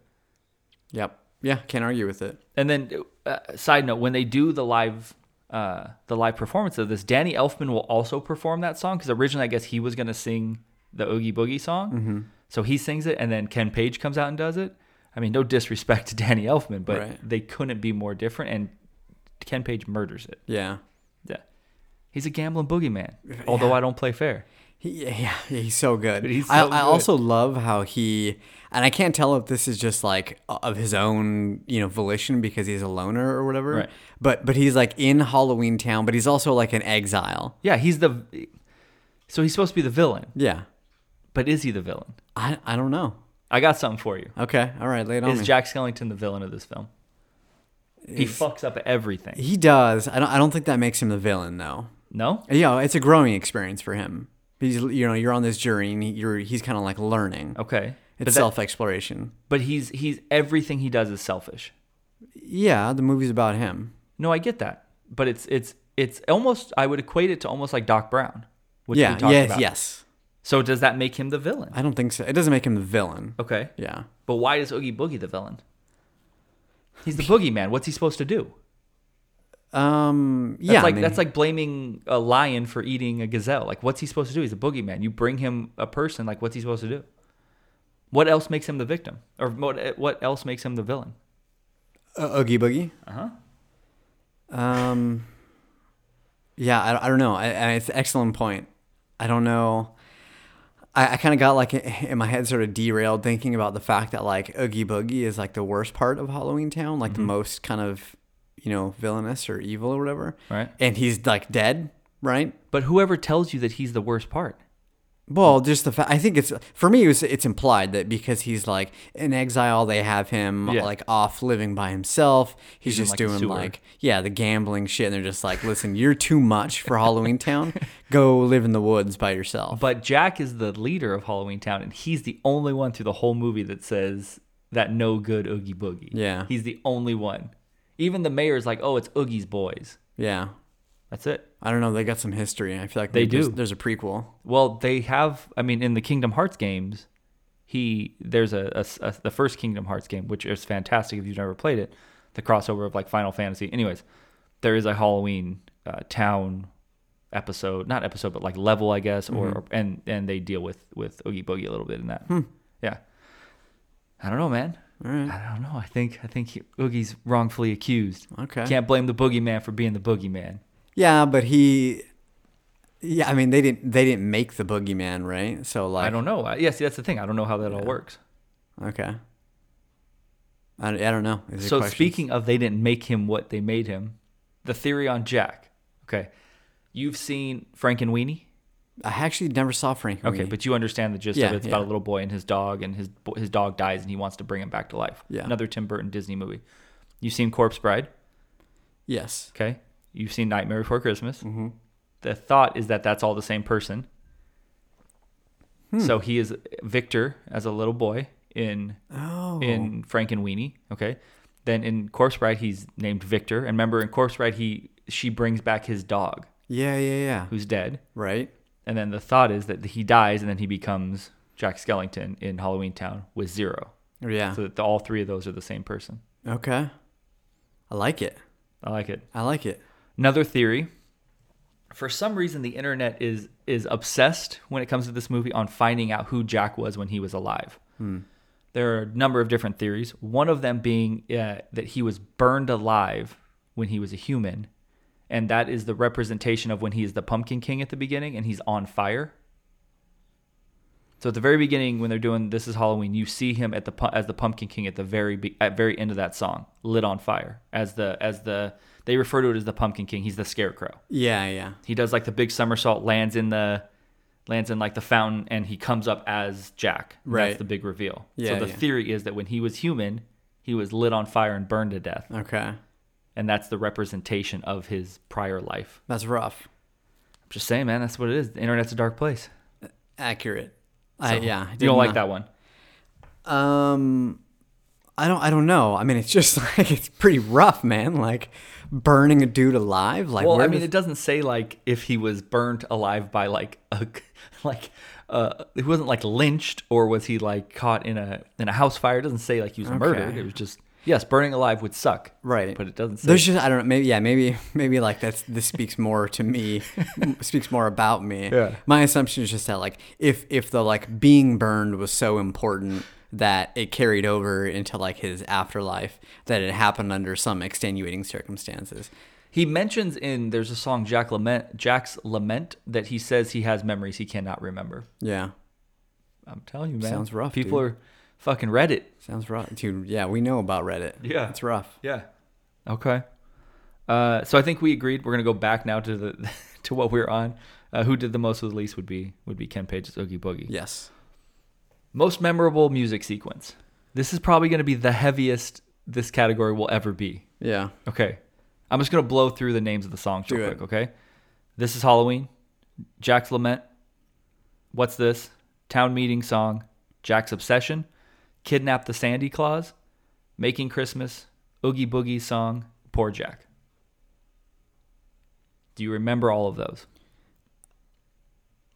S7: Yep. Yeah. Can't argue with it.
S1: And then, uh, side note, when they do the live, uh, the live performance of this, Danny Elfman will also perform that song because originally I guess he was gonna sing the Oogie Boogie song, so he sings it, and then Ken Page comes out and does it. I mean, no disrespect to Danny Elfman, but
S7: Right.
S1: they couldn't be more different, and Ken Page murders it.
S7: Yeah.
S1: Yeah, he's a gambling boogeyman. Although I don't play fair.
S7: He, yeah, yeah, yeah, he's so good.
S1: he's
S7: I,
S1: so
S7: I
S1: good.
S7: also love how he, and I can't tell if this is just like o- of his own, you know, volition because he's a loner or whatever.
S1: Right.
S7: But but he's like in Halloween Town, but he's also like an exile.
S1: Yeah, he's the. So he's supposed to be the villain,
S7: Yeah.
S1: but is he the villain?
S7: I I don't know.
S1: I got something for you.
S7: Okay. All right. Lay it on
S1: Is
S7: me.
S1: Jack Skellington the villain of this film? He fucks up everything.
S7: he does. I don't. I don't think that makes him the villain though.
S1: No?
S7: Yeah, it's a growing experience for him. He's you know you're on this journey and you're he's kind of like learning.
S1: Okay. Oh, But,
S7: It's
S1: that-
S7: self exploration.
S1: but he's he's everything he does is selfish.
S7: Yeah, the movie's about him.
S1: No, I get that. But it's it's it's almost I would equate it to almost like Doc Brown, which we
S7: yeah,
S1: talked
S7: yes,
S1: about.
S7: yes.
S1: So does that make him the villain?
S7: I don't think so. It doesn't make him the villain.
S1: Okay.
S7: Yeah,
S1: But why is Oogie Boogie the villain? He's the boogeyman. What's he supposed to do?
S7: um,
S1: That's
S7: yeah. I
S1: like
S7: mean,
S1: that's like blaming a lion for eating a gazelle. Like what's he supposed to do? He's a boogeyman. You bring him a person, like what's he supposed to do? What else makes him the victim? Or what eh, what else makes him the villain?
S7: uh, Oogie Boogie. Uh huh. Um, yeah, I, I don't know. I, I, it's an excellent point. I don't know. I, I kind of got like in my head sort of derailed thinking about the fact that like Oogie Boogie is like the worst part of Halloween Town, like the most kind of you know villainous or evil or whatever.
S1: Right.
S7: And he's like dead, right?
S1: But whoever tells you that he's the worst part,
S7: Well, just the fact. I think it's for me. It was, it's implied that because he's like in exile, they have him
S1: Yeah.
S7: like off living by himself. He's,
S1: He's in,
S7: just
S1: like, a
S7: doing
S1: sewer.
S7: like yeah, the gambling shit. And they're just like, listen, you're too much for Halloween Town. Go live in the woods by yourself.
S1: But Jack is the leader of Halloween Town, and he's the only one through the whole movie that says that no good Oogie Boogie.
S7: Yeah.
S1: He's the only one. Even the mayor's like, oh, it's Oogie's boys.
S7: yeah,
S1: That's it.
S7: I don't know. They got some history. I feel like
S1: They
S7: maybe
S1: do.
S7: There's, there's a prequel.
S1: Well, they have, I mean, in the Kingdom Hearts games, he, there's a, a s- a- the first Kingdom Hearts game, which is fantastic if you've never played it, the crossover of like Final Fantasy. Anyways, there is a Halloween uh, town episode, not episode, but like level, I guess, or, or
S7: Mm-hmm. Hmm.
S1: and and they deal with with Oogie Boogie a little bit in that. Yeah, I don't know, man. I don't know. I think I think he, Oogie's wrongfully accused.
S7: Okay.
S1: Can't blame the boogeyman for being the boogeyman.
S7: Yeah, but he. Yeah, I mean they didn't they didn't make the boogeyman, right? So like
S1: I don't know. I, yeah, see, that's the thing. I don't know how that all works.
S7: Okay. I, I don't know. Is there
S1: So
S7: questions?
S1: speaking of they didn't make him what they made him, the theory on Jack. Okay. You've seen Frank and Weenie?
S7: I actually never saw Frank.
S1: Okay, but you understand the gist
S7: Yeah,
S1: of it. It's about
S7: yeah.
S1: a little boy and his dog, and his bo- his dog dies, and he wants to bring him back to life.
S7: Yeah.
S1: Another Tim Burton Disney movie. You've seen Corpse Bride.
S7: yes,
S1: Okay. You've seen Nightmare Before Christmas. Mm-hmm. The thought is that that's all the same person.
S7: Hmm.
S1: So he is Victor as a little boy in
S7: Oh.
S1: in Frank and Weenie. Okay. Then in Corpse Bride, he's named Victor. And remember, in Corpse Bride, he she brings back his dog
S7: yeah, yeah, yeah.
S1: who's dead.
S7: Right?
S1: And then the thought is that he dies, and then he becomes Jack Skellington in Halloween Town with Zero.
S7: Yeah.
S1: So that all three of those are the same person.
S7: okay. I like it.
S1: I like it.
S7: I like it.
S1: Another theory. For some reason, the internet is is obsessed when it comes to this movie on finding out who Jack was when he was alive. There are a number of different theories. One of them being uh, that he was burned alive when he was a human, and that is the representation of when he is the Pumpkin King at the beginning and he's on fire. So at the very beginning, when they're doing "This Is Halloween," you see him at the pu- as the Pumpkin King at the very be- at very end of that song, lit on fire as the as the they refer to it as the Pumpkin King. He's the Scarecrow.
S7: Yeah, yeah.
S1: He does like the big somersault, lands in the lands in like the fountain, and he comes up as Jack. And
S7: Right.
S1: That's the big reveal.
S7: Yeah,
S1: so the
S7: yeah.
S1: theory is that when he was human, he was lit on fire and burned to death,
S7: Okay.
S1: and that's the representation of his prior life.
S7: That's rough.
S1: I'm just saying, man, that's what it is. The internet's a dark place.
S7: Accurate. I, yeah. I
S1: You don't
S7: did
S1: like
S7: not-
S1: that one.
S7: Um, I don't. I don't know. I mean, it's just like it's pretty rough, man. Like burning a dude alive. Like,
S1: Well,
S7: where
S1: I mean,
S7: does-
S1: it doesn't say like if he was burnt alive by like a like uh he wasn't like lynched or was he like caught in a in a house fire. It doesn't say like he was murdered. It was just yes, burning alive would suck.
S7: Right.
S1: But it doesn't say.
S7: There's just I don't know maybe yeah maybe maybe like that's this speaks more to me m- speaks more about me.
S1: Yeah.
S7: My assumption is just that like if if the like being burned was so important that it carried over into like his afterlife that it happened under some extenuating circumstances.
S1: he mentions in there's a song Jack lament Jack's lament that he says he has memories he cannot remember.
S7: Yeah.
S1: I'm telling you, man.
S7: Sounds rough,
S1: People
S7: dude.
S1: are fucking Reddit.
S7: Sounds rough. Dude, yeah, we know about Reddit.
S1: Yeah.
S7: It's rough.
S1: Yeah. Okay. Uh, so I think we agreed we're gonna go back now to the to what we were on. Uh, who did the most with the least would be would be Ken Page's Oogie Boogie.
S7: Yes.
S1: Most memorable music sequence. This is probably gonna be the heaviest this category will ever be.
S7: Yeah.
S1: Okay. I'm just gonna blow through the names of the songs real
S7: Do it.
S1: quick, okay? This is Halloween, Jack's Lament, What's This? Town Meeting Song, Jack's Obsession, Kidnap the Sandy Claus, Making Christmas, Oogie Boogie Song, Poor Jack. Do you remember all of those?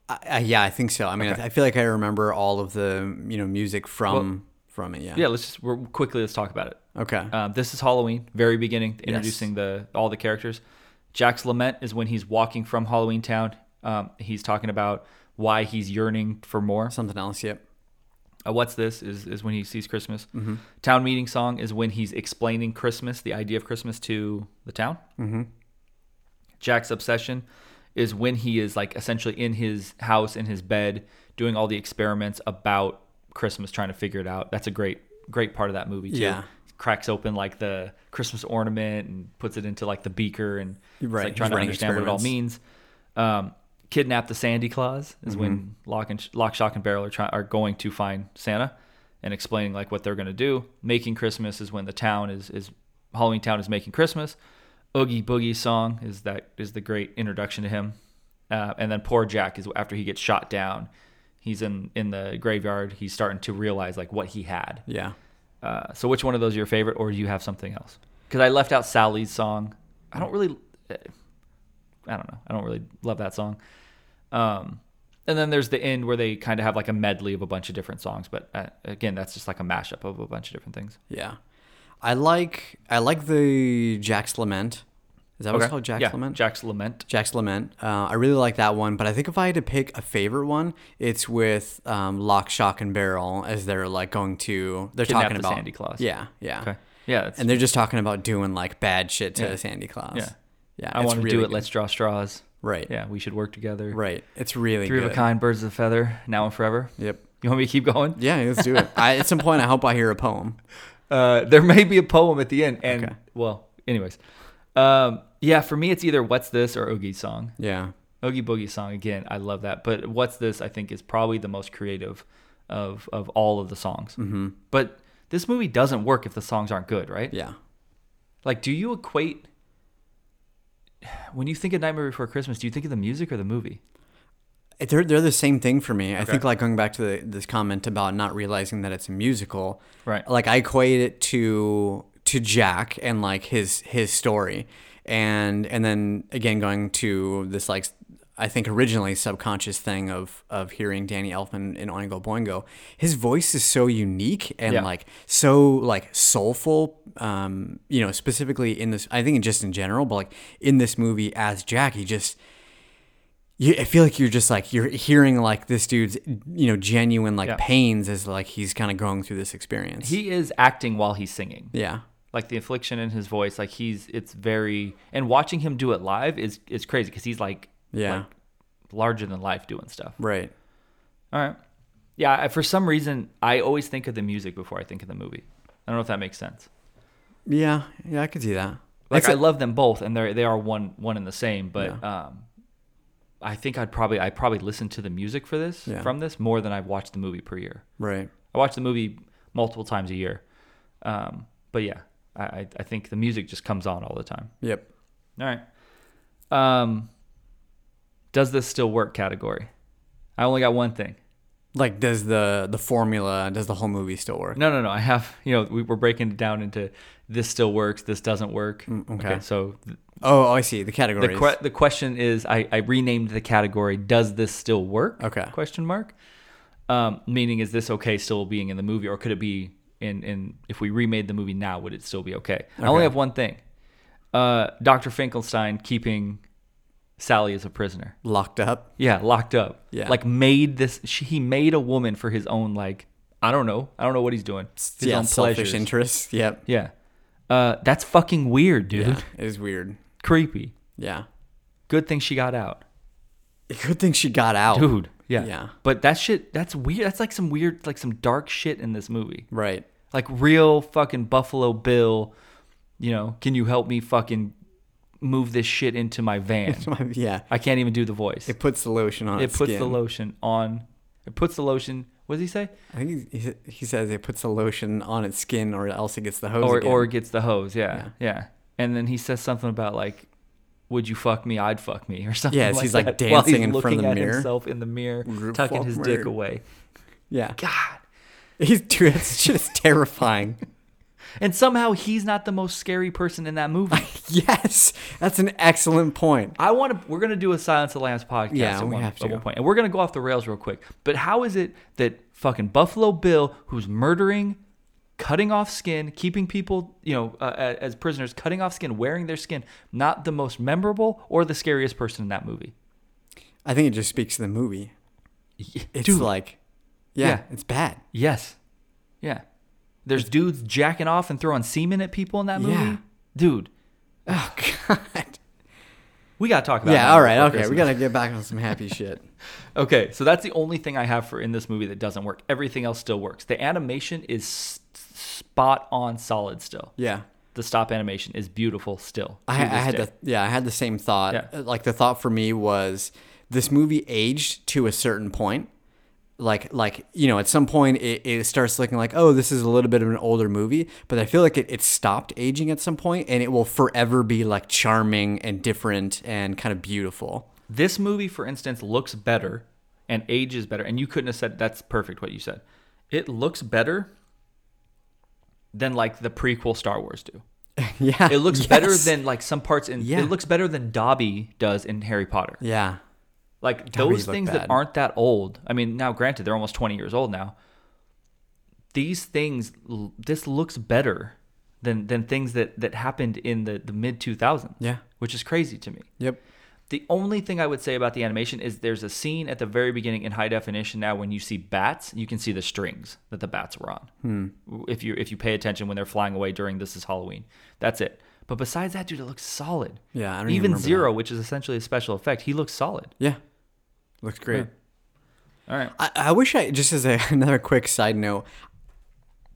S7: I, I, yeah, I think so. I mean, I, I feel like I remember all of the, you know, music from from it, yeah.
S1: Yeah, let's just we're, quickly let's talk about it.
S7: Okay.
S1: Um, this is Halloween, very beginning, introducing the all the characters. Jack's lament is when he's walking from Halloween Town. Um, he's talking about why he's yearning for more.
S7: Something else, yep.
S1: Uh, What's this is is when he sees Christmas. Town meeting song is when he's explaining Christmas, the idea of Christmas to the town. Mm-hmm. Jack's obsession is when he is like essentially in his house in his bed doing all the experiments about Christmas, trying to figure it out. That's a great great part of that movie too.
S7: Yeah.
S1: Cracks open like the Christmas ornament and puts it into like the beaker and it's,
S7: Right,
S1: like
S7: he's
S1: trying to
S7: running
S1: understand what it all
S7: experiments.
S1: means. Um, kidnap the Sandy Claus is when
S7: Mm-hmm.
S1: Lock and Lock, Shock and Barrel are trying are going to find Santa and explaining like what they're going to do. Making Christmas is when the town is is Halloween Town is making Christmas. Oogie Boogie song is that is the great introduction to him, uh, and then Poor Jack is after he gets shot down. He's in in the graveyard. He's starting to realize like what he had.
S7: Yeah.
S1: Uh, so which one of those are your favorite, or do you have something else? Because I left out Sally's song. I don't really, eh, I don't know. I don't really love that song. Um, and then there's the end where they kind of have like a medley of a bunch of different songs. But uh, again, that's just like a mashup of a bunch of different things.
S7: Yeah, I like I like the Jack's Lament Is that what it's called? Jack's
S1: yeah,
S7: Lament?
S1: Jack's Lament.
S7: Jack's Lament. Uh, I really like that one, but I think if I had to pick a favorite one, it's with um, Lock, Shock, and Barrel as they're like going to they're
S1: Kidnap
S7: talking
S1: the
S7: about
S1: Sandy Claus.
S7: Yeah, yeah,
S1: Okay. Yeah, that's,
S7: and they're just talking about doing like bad shit to
S1: Yeah.
S7: Sandy Claus.
S1: Yeah.
S7: yeah.
S1: I
S7: it's
S1: want to do
S7: really
S1: it.
S7: good.
S1: Let's draw straws.
S7: right,
S1: Yeah, we should work together.
S7: right. It's really
S1: Three
S7: good.
S1: of a kind, birds of a feather, now and forever.
S7: Yep.
S1: You want me to keep going?
S7: Yeah, let's do it. I, at some point, I hope I hear a poem.
S1: Uh, there may be a poem at the end, and
S7: Okay.
S1: well, anyways, um, yeah. For me, it's either "What's This" or Oogie's song.
S7: Yeah,
S1: Oogie Boogie song again. I love that. But "What's This" I think is probably the most creative of of all of the songs. Mm-hmm. But this movie doesn't work if the songs aren't good, right?
S7: yeah.
S1: Like, do you equate when you think of Nightmare Before Christmas? Do you think of the music or the movie?
S7: They're, they're the same thing for me. I think like going back to the, this comment about not realizing that it's a musical.
S1: Right.
S7: Like I equate it to to Jack and like his his story, and and then again going to this like I think originally subconscious thing of of hearing Danny Elfman in Oingo Boingo. His voice is so unique and
S1: Yeah.
S7: like so like soulful. Um, you know, specifically in this, I think just in general, but like in this movie as Jack, he just you, I feel like you're just like you're hearing like this dude's you know genuine like
S1: Yeah.
S7: pains as like he's kind of going through this experience.
S1: He is acting while he's singing.
S7: yeah,
S1: like the affliction in his voice like he's it's very and watching him do it live is is crazy because he's like
S7: yeah,
S1: like larger than life doing stuff
S7: right.
S1: all right yeah I, for some reason i always think of the music before i think of the movie i don't know if that makes sense
S7: Yeah, yeah, I could see that.
S1: like
S7: That's
S1: I
S7: a-
S1: love them both and they're they are one one and the same but um i think i'd probably i probably listen to the music for this
S7: Yeah.
S1: from this more than i've watched the movie per year
S7: right.
S1: i watch the movie multiple times a year um but yeah i i, I think the music just comes on all the time
S7: Yep.
S1: All right. Um, does this still work category? I only got one thing.
S7: Like, does the the formula? Does the whole movie still work?
S1: No, no, no. I have, you know, we, we're breaking it down into this still works, this doesn't work.
S7: Mm, okay.
S1: so th-
S7: Oh, oh, I see the
S1: the,
S7: categories.
S1: que- the question is I, I renamed the category, does this still work?
S7: Okay.
S1: Question mark. Um, meaning, is this okay still being in the movie or could it be in, in if we remade the movie now, would it still be okay? I only have one thing. Uh, Dr. Finkelstein keeping Sally as a prisoner.
S7: Locked up.
S1: Yeah, locked up.
S7: Yeah.
S1: Like made this. She, he made a woman for his own like. I don't know. I don't know what he's doing. His
S7: yeah,
S1: own
S7: selfish
S1: pleasures.
S7: interests. Yep.
S1: Yeah. Uh, that's fucking weird, dude.
S7: Yeah, it is weird.
S1: Creepy.
S7: Yeah.
S1: Good thing she got out,
S7: Good thing she got out.
S1: dude. Yeah.
S7: Oh, Yeah.
S1: But that shit. That's weird. That's like some weird, like some dark shit in this movie.
S7: Right.
S1: Like real fucking Buffalo Bill. You know, can you help me fucking move this shit into my van?
S7: yeah.
S1: I can't even do the voice.
S7: It puts the lotion on.
S1: it
S7: its
S1: puts the
S7: skin.
S1: lotion on. It puts the lotion. What does he say?
S7: I think he, he- he says it puts the lotion on its skin, or else it gets the hose.
S1: or
S7: again.
S1: or gets the hose. Yeah, yeah, And then he says something about like, "Would you fuck me? I'd fuck me," or something.
S7: Yes,
S1: like
S7: he's, like,
S1: that, while
S7: dancing in front of
S1: looking
S7: the
S1: at
S7: mirror.
S1: himself in the mirror,
S7: Would you
S1: tucking
S7: fuck
S1: his
S7: me?
S1: dick away.
S7: yeah,
S1: God.
S7: he's dude, that shit is terrifying.
S1: And somehow he's not the most scary person in that movie.
S7: yes, that's an excellent point.
S1: I want to. We're gonna do a Silence of the Lambs podcast.
S7: Yeah,
S1: at
S7: we
S1: one,
S7: have
S1: at one
S7: to.
S1: point, and we're gonna go off the rails real quick. But how is it that fucking Buffalo Bill, who's murdering, cutting off skin, keeping people, you know, uh, a- as prisoners, cutting off skin, wearing their skin, not the most memorable or the scariest person in that movie?
S7: I think it just speaks to the movie. It's
S1: Dude.
S7: like, yeah,
S1: Yeah.
S7: it's bad.
S1: Yes. Yeah. There's dudes jacking off and throwing semen at people in that movie.
S7: Yeah.
S1: Dude,
S7: Oh god.
S1: we gotta talk about.
S7: Yeah.
S1: Nightmare
S7: All right.
S1: Before
S7: Okay. We
S1: Christmas.
S7: gotta get back on some happy shit.
S1: Okay, so that's the only thing I have for in this movie that doesn't work. Everything else still works. The animation is s- spot on, solid still.
S7: Yeah.
S1: The stop animation is beautiful still.
S7: I, I
S1: to this
S7: had
S1: day.
S7: the yeah, I had the same thought.
S1: Yeah.
S7: Uh, Like the thought for me was this movie aged to a certain point. Like like you know, at some point it, it starts looking like oh, this is a little bit of an older movie, but I feel like it, it stopped aging at some point, and it will forever be like charming and different and kind of beautiful.
S1: this movie, for instance, looks better and ages better. And you couldn't have said that's perfect what you said. It looks better than like the prequel Star Wars do.
S7: Yeah,
S1: It looks better
S7: yes.
S1: than like some parts in.
S7: Yeah.
S1: It looks better than Dobby does in Harry Potter.
S7: yeah,
S1: Like
S7: Dobby's
S1: those
S7: look
S1: things that
S7: bad.
S1: aren't that old. I mean, now granted, they're almost twenty years old now. These things, l- this looks better than than things that that happened in the the mid 2000s.
S7: Yeah.
S1: which is crazy to me.
S7: Yep.
S1: The only thing I would say about the animation is there's a scene at the very beginning in high definition now when you see bats, you can see the strings that the bats were on.
S7: Hmm.
S1: If you if you pay attention when they're flying away during this is Halloween. That's it. But besides that, dude, it looks solid.
S7: Yeah, I don't even
S1: even
S7: remember
S1: zero, which is essentially a special effect, he looks solid.
S7: Yeah. Looks great.
S1: All right.
S7: I, I wish I just as a, another quick side note.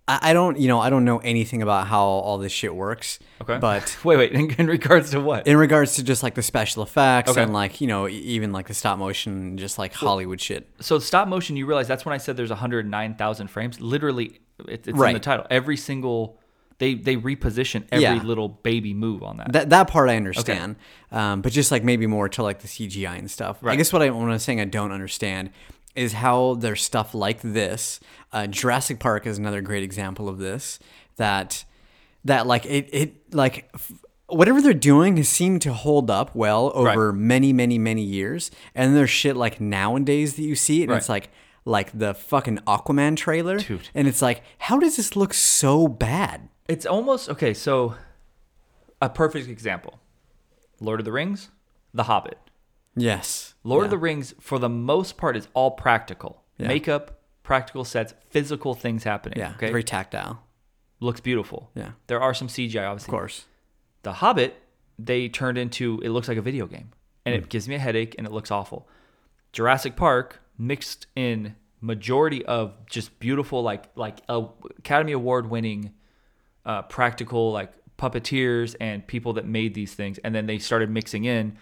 S7: I, I don't, you know, I don't know anything about how all this shit works.
S1: Okay.
S7: But
S1: wait, wait. In, in regards to what?
S7: in regards to just like the special effects
S1: Okay.
S7: and like you know e- even like the stop motion, just like Hollywood shit.
S1: so stop motion, you realize that's when I said there's 109,000 frames. Literally, it, it's in the
S7: Right.
S1: title. Every single they they reposition every
S7: Yeah.
S1: little baby move on that.
S7: That that part I understand, um, but just like maybe more to like the CGI and stuff. I
S1: Right.
S7: guess what I when I was saying I don't understand is how there's stuff like this. Uh, Jurassic Park is another great example of this. That that like it it like. F- Whatever they're doing has seemed to hold up well over many, many, many years. And there's shit like nowadays that you see, and it's
S1: Right.
S7: like like the fucking Aquaman trailer,
S1: Dude.
S7: and it's like, how does this look so bad?
S1: It's almost okay. So, a perfect example: Lord of the Rings, The Hobbit.
S7: Yes,
S1: Lord of the Rings, for the most part, is all practical
S7: Yeah.
S1: makeup, practical sets, physical things happening.
S7: yeah,
S1: okay,
S7: very tactile,
S1: looks beautiful.
S7: Yeah.
S1: there are some CGI, obviously.
S7: of course.
S1: The Hobbit, they turned into it looks like a video game, and it gives me a headache, and it looks awful. Jurassic Park mixed in majority of just beautiful, like like a Academy Award winning, uh, practical like puppeteers and people that made these things, and then they started mixing in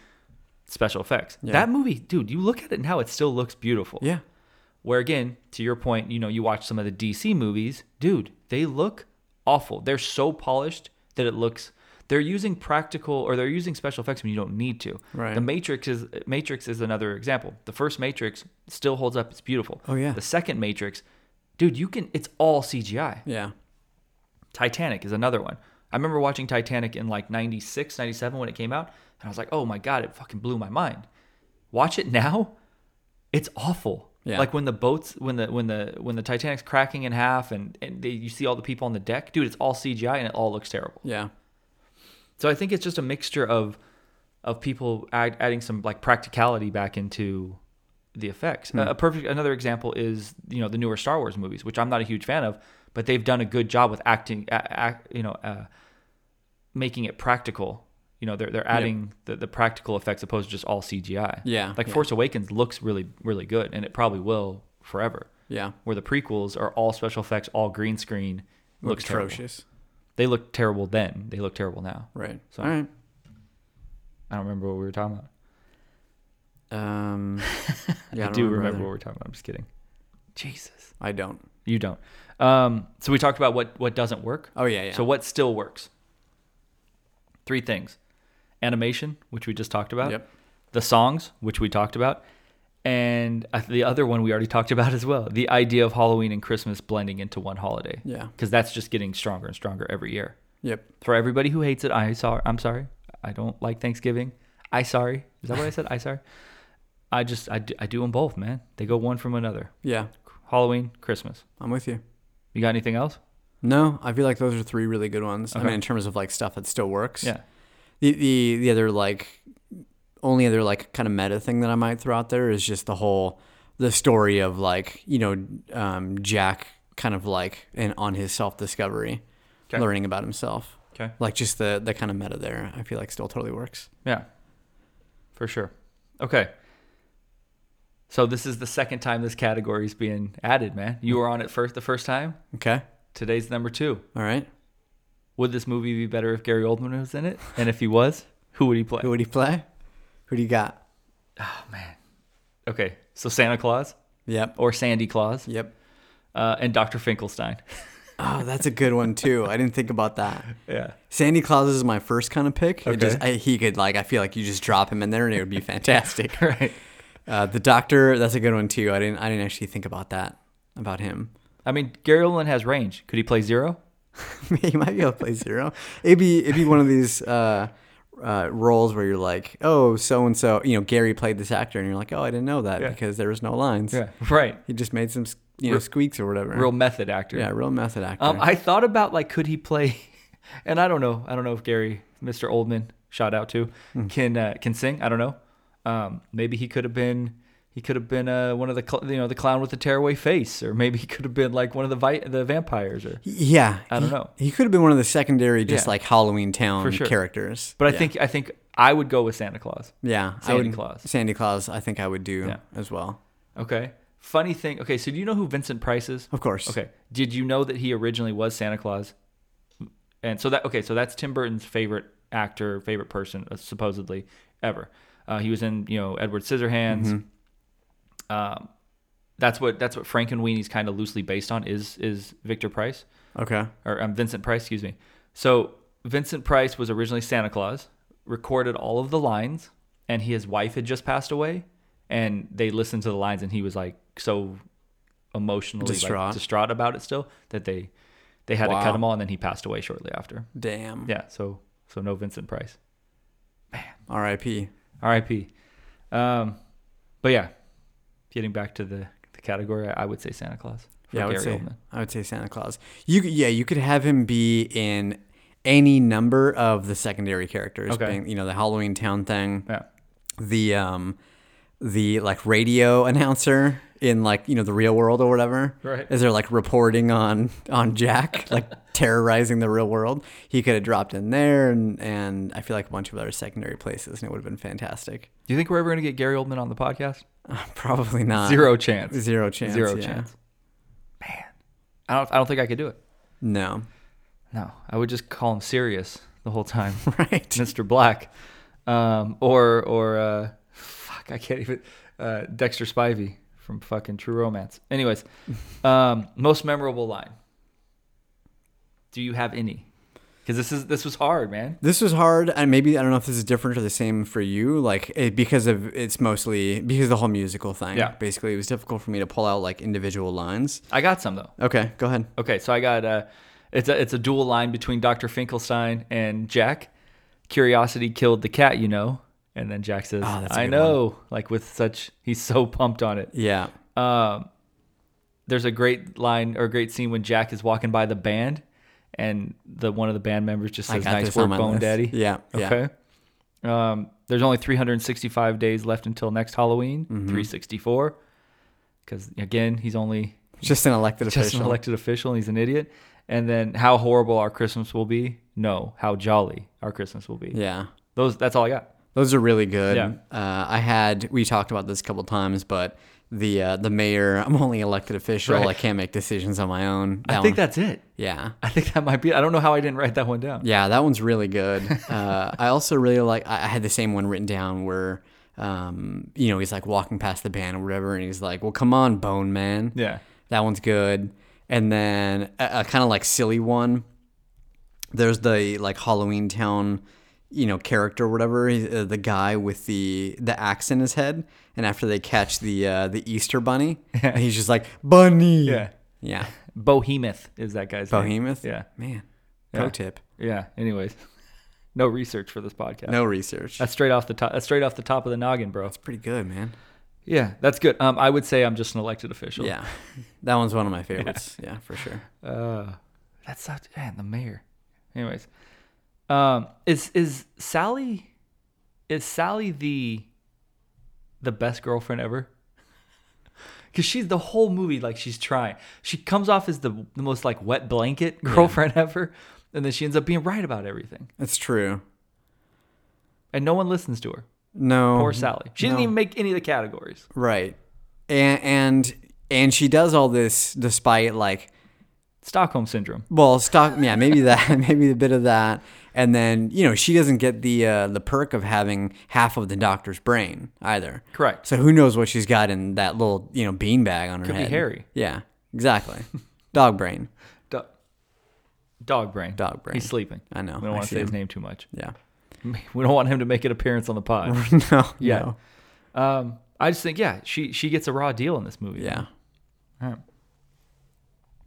S1: special effects. That movie, dude, you look at it now, it still looks beautiful.
S7: Yeah.
S1: Where again, to your point, you know, you watch some of the DC movies, dude, they look awful. They're so polished that it looks they're using practical or they're using special effects when you don't need to.
S7: Right.
S1: The Matrix is Matrix is another example. The first Matrix still holds up, it's beautiful.
S7: Oh, yeah.
S1: The second Matrix, dude, you can it's all CGI.
S7: Yeah.
S1: Titanic is another one. I remember watching Titanic in like 96, 97 when it came out, and I was like, oh my God, it fucking blew my mind. Watch it now, it's awful.
S7: Yeah.
S1: Like when the boats, when the when the when the Titanic's cracking in half, and and they, you see all the people on the deck, dude, it's all CGI and it all looks terrible.
S7: Yeah.
S1: So I think it's just a mixture of of people add, adding some like practicality back into the
S7: Hmm.
S1: effects. A- A perfect another example is you know the newer Star Wars movies, which I'm not a huge fan of, but they've done a good job with acting, a, ac- you know, uh, making it practical. You know, they're they're adding the, the practical effects opposed to just all CGI.
S7: Yeah,
S1: like
S7: yeah.
S1: Force Awakens looks really really good, and it probably will forever.
S7: Yeah.
S1: Where the prequels are all special effects, all green screen, looks terrible.
S7: atrocious.
S1: They look terrible then. They look terrible now.
S7: Right.
S1: So-
S7: All right.
S1: I don't remember what we were talking about.
S7: Um, yeah,
S1: I do remember,
S7: either.
S1: what we're talking about. I'm just kidding. Jesus,
S7: I don't.
S1: you don't. Um, so we talked about what what doesn't work.
S7: Oh, yeah, yeah.
S1: So what still works? Three things: animation, which we just talked about.
S7: Yep.
S1: The songs, which we talked about, and I- the other one we already talked about as well. The idea of Halloween and Christmas blending into one holiday.
S7: Yeah.
S1: Because that's just getting stronger and stronger every year.
S7: Yep.
S1: For everybody who hates it, I sorry. I'm sorry. I don't like Thanksgiving. I sorry. Is that what I said? I sorry. I just I do, I do them both, man. They go one from another.
S7: Yeah.
S1: Halloween, Christmas.
S7: I'm with you.
S1: You got anything else?
S7: No, I feel like those are three really good ones. I
S1: Okay.
S7: mean, in terms of like stuff that still works.
S1: Yeah.
S7: The the the other like only other like kind of meta thing that I might throw out there is just the whole the story of like you know um, Jack kind of like and on his self discovery, learning about himself.
S1: Okay.
S7: Like just the the kind of meta there, I feel like still totally works.
S1: Yeah. For sure. Okay. So this is the second time this category is being added, man. You were on it first the first time.
S7: Okay.
S1: Today's number 2.
S7: All right.
S1: Would this movie be better if Gary Oldman was in it? And if he was, who would he play?
S7: Who would he play? Who do you got?
S1: Okay. So Santa Claus
S7: Yep.
S1: or Sandy Claus
S7: Yep.
S1: uh, and Dr. Finkelstein.
S7: Oh, that's a good one too. I didn't think about that.
S1: yeah.
S7: Sandy Claus is my first kind of pick. It just,
S1: Okay.
S7: I, he could like I feel like you just drop him in there and it would be fantastic.
S1: Right.
S7: Uh, the Doctor, that's a good one too. I didn't I didn't actually think about that about him.
S1: I mean, Gary Oldman has range. Could he play zero?
S7: he might be able to play zero. It'd be it'd be one of these uh, uh, roles where you're like, oh, so and so, you know, Gary played this actor, and you're like, oh, I didn't know that
S1: Yeah.
S7: because there was no lines.
S1: Right.
S7: He just made some you know squeaks or whatever.
S1: Real method actor.
S7: yeah, real method actor.
S1: Um, I thought about like, could he play? and I don't know. I don't know if Gary, Mr. Oldman, shout out to,
S7: Hmm.
S1: can uh, can sing. I don't know. Um, maybe he could have been he could have been uh, one of the cl- you know the clown with the tearaway face, or maybe he could have been like one of the vi- the vampires. Or
S7: Yeah,
S1: I don't
S7: he-
S1: know.
S7: He could have been one of the secondary, just
S1: Yeah.
S7: like Halloween Town
S1: For sure.
S7: characters.
S1: but I
S7: Yeah.
S1: think I think I would go with Santa Claus.
S7: yeah, I
S1: Sandy
S7: would-
S1: Claus.
S7: Sandy Claus, I think I would do
S1: Yeah.
S7: as well.
S1: Okay. Funny thing. Okay, so do you know who Vincent Price is?
S7: Of course.
S1: Okay. Did you know that he originally was Santa Claus? And so that okay, so that's Tim Burton's favorite actor, favorite person, uh, supposedly ever. Uh, he was in you know Edward Scissorhands. Um, that's what that's what Frank and Weenie's kind of loosely based on is is Victor Price
S7: Okay.
S1: or um, Vincent Price, excuse me. So Vincent Price was originally Santa Claus, recorded all of the lines, and he, his wife had just passed away, and they listened to the lines, and he was like so emotionally like,
S7: Distraught.
S1: distraught about it still that they they had to
S7: Wow.
S1: cut him all, and then he passed away shortly after.
S7: Damn.
S1: Yeah, so so no Vincent Price,
S7: R.I.P.
S1: R.I.P. Um, but yeah, getting back to the the category, I, I would say Santa Claus. for
S7: Yeah, I would
S1: Gary
S7: say
S1: Oldman.
S7: I would say Santa Claus. You could- yeah, you could have him be in any number of the secondary characters,
S1: Okay.
S7: being, you know, the Halloween Town thing,
S1: Yeah.
S7: the um, the like radio announcer in like you know the real world or whatever.
S1: Right.
S7: Is there like reporting on on Jack, like terrorizing the real world? He could have dropped in there, and and I feel like a bunch of other secondary places, and it would have been fantastic.
S1: Do you think we're ever gonna get Gary Oldman on the podcast?
S7: Probably not.
S1: Zero chance.
S7: Zero chance.
S1: Zero
S7: yeah.
S1: chance. Man, I don't. I don't think I could do it.
S7: No.
S1: No, I would just call him serious the whole time,
S7: Right.
S1: Mr. Black, um, or or uh, fuck, I can't even uh, Dexter Spivey from fucking True Romance. Anyways, um, most memorable line. Do you have any? Because this is this was hard, man.
S7: This was hard, and maybe I don't know if this is different or the same for you, like it, because of it's mostly because of the whole musical thing.
S1: Yeah.
S7: basically, it was difficult for me to pull out like individual lines.
S1: I got some though.
S7: Okay, go ahead.
S1: Okay, so I got uh, it's a it's a dual line between Dr. Finkelstein and Jack. Curiosity killed the cat, you know. And then Jack says,
S7: Ah, that's a
S1: "I
S7: good
S1: know." Like with such, he's so pumped on it.
S7: Yeah,
S1: There's a great line or a great scene when Jack is walking by the band, and the one of the band members just
S7: I
S1: says,
S7: got
S1: "Nice
S7: this on
S1: work,
S7: my
S1: Bone
S7: list."
S1: Daddy."
S7: Yeah, yeah.
S1: Okay. Um, there's only 365 days left until next Halloween.
S7: Mm-hmm.
S1: 364, because again, he's only
S7: just an elected
S1: just an
S7: official.
S1: elected official and he's an idiot and then how horrible our christmas will be no how jolly our christmas will be
S7: yeah,
S1: those that's all i got
S7: those are really good.
S1: Yeah.
S7: Uh, I had we talked about this a couple times, but the uh, the mayor. I'm only elected official.
S1: Right.
S7: I can't make decisions on my own.
S1: i think
S7: one-
S1: that's it
S7: yeah.
S1: i think that might be i don't know how i didn't write that one down
S7: Yeah, that one's really good. Uh, I also really like. I I had the same one written down where, um, you know, he's like walking past the band or whatever, and he's like, "Well, come on, Bone Man."
S1: Yeah.
S7: that one's good. And then a, a kind of like silly one. There's the like Halloween Town, you know, character or whatever. He- uh, the guy with the the axe in his head, and after they catch the uh, the Easter Bunny, and he's just like bunny.
S1: yeah
S7: yeah.
S1: bohemoth is that guy's name
S7: Behemoth.
S1: yeah
S7: man. Pro tip.
S1: yeah anyways no research for this podcast
S7: No research.
S1: that's straight off the top that's straight off the top of the noggin bro
S7: pretty good, man.
S1: yeah that's good um i would say i'm just an elected official
S7: Yeah, that one's one of my favorites. yeah. for sure.
S1: that's such man the mayor anyways um is is sally is sally the the best girlfriend ever because she's the whole movie like she's trying she comes off as the, the most like wet blanket girlfriend ever and then she ends up being right about everything
S7: That's true.
S1: and no one listens to her
S7: No,
S1: poor sally she didn't
S7: Mm-hmm. No.
S1: even make any of the categories
S7: right, and and and she does all this despite like
S1: stockholm syndrome
S7: well, stock. Yeah, maybe that, maybe a bit of that, and then you know she doesn't get the uh, the perk of having half of the doctor's brain either.
S1: Correct.
S7: So who knows what she's got in that little you know beanbag on her
S1: Could be
S7: head?
S1: hairy.
S7: Yeah, exactly. Dog brain.
S1: Do- dog brain
S7: Dog brain.
S1: he's sleeping
S7: I know.
S1: we don't
S7: I
S1: want to
S7: see
S1: say his
S7: him.
S1: name too much
S7: Yeah.
S1: we don't want him to make an appearance on the pod
S7: no.
S1: Yeah.
S7: no.
S1: Um, I just think yeah, she she gets a raw deal in this movie.
S7: Yeah.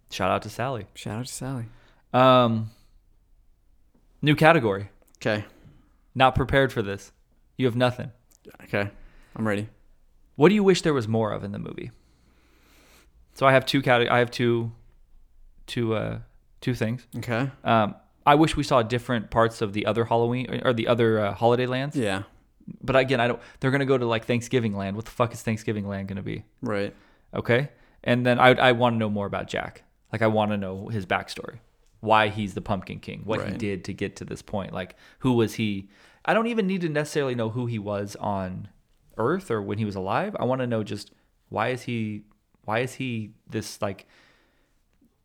S1: Shout out to Sally.
S7: Shout out to Sally.
S1: Um, new category.
S7: Okay.
S1: Not prepared for this. You have nothing.
S7: Okay. I'm ready.
S1: What do you wish there was more of in the movie? So I have two cate- I have two, two, uh, two things.
S7: Okay.
S1: Um, I wish we saw different parts of the other Halloween or the other uh, holiday lands.
S7: Yeah.
S1: But again, I don't. They're gonna go to like Thanksgiving land. What the fuck is Thanksgiving land gonna be?
S7: Right.
S1: Okay. And then I I want to know more about Jack. Like I want to know his backstory, why he's the Pumpkin King, what he
S7: Right.
S1: did to get to this point. Like who was he? I don't even need to necessarily know who he was on Earth or when he was alive. I want to know just why is he why is he this like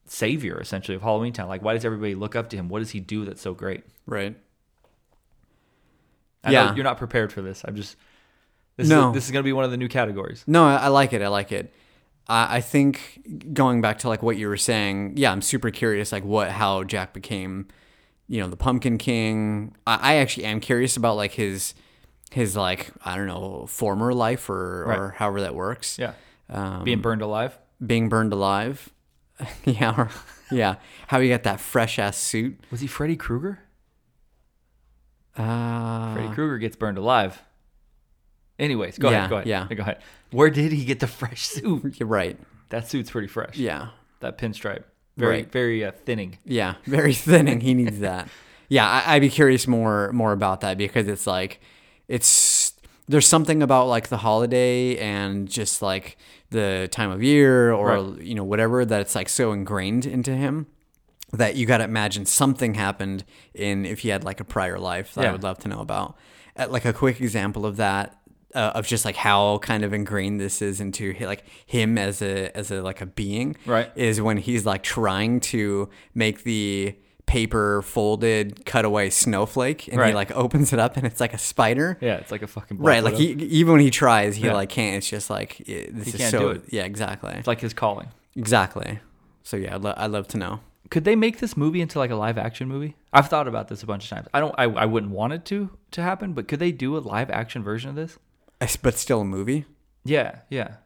S1: savior essentially of Halloween Town? Like why does everybody look up to him? What does he do that's so great?
S7: Right.
S1: I know
S7: Yeah.
S1: you're not prepared for this. I'm just this
S7: No.
S1: is this is gonna be one of the new categories.
S7: No, I, I like it. I like it. I, I think going back to like what you were saying, yeah, I'm super curious like what how Jack became, you know, the Pumpkin King. I, I actually am curious about like his his like I don't know former life or or
S1: Right.
S7: however that works.
S1: Yeah, Um, being burned alive.
S7: being burned alive. yeah, or- yeah. How he got that fresh ass suit.
S1: Was he Freddy Krueger? Uh, Freddy Krueger gets burned alive. Anyways, go
S7: Uh-huh. Yeah,
S1: ahead. Go ahead.
S7: yeah.
S1: Go ahead. Where did he get the fresh suit?
S7: You're right.
S1: That suit's pretty fresh.
S7: Yeah.
S1: That pinstripe. Very,
S7: Right.
S1: very uh, thinning.
S7: Yeah, very thinning. He needs that. Yeah, I, I'd be curious more more about that because it's like, it's there's something about like the holiday and just like the time of year or
S1: Right.
S7: you know whatever that it's like so ingrained into him that you got to imagine something happened in if he had like a prior life that
S1: Yeah.
S7: I would love to know about. Uh, like a quick example of that uh, of just like how kind of ingrained this is into hi- like him as a as a like a being
S1: Right.
S7: is when he's like trying to make the paper folded cutaway snowflake and
S1: Right.
S7: he like opens it up and it's like a spider.
S1: Yeah, it's like a fucking Black
S7: Right, like
S1: Widow.
S7: he, even when he tries, he
S1: Yeah.
S7: like can't. It's just like it, this is
S1: can't
S7: so
S1: do it.
S7: yeah, exactly,
S1: It's like his calling.
S7: exactly. So yeah, I'd, lo- I'd love to know.
S1: Could they make this movie into like a live action movie? I've thought about this a bunch of times. I don't. I, I wouldn't want it to to happen, but could they do a live action version of this?
S7: I s- But still a movie.
S1: Yeah, yeah.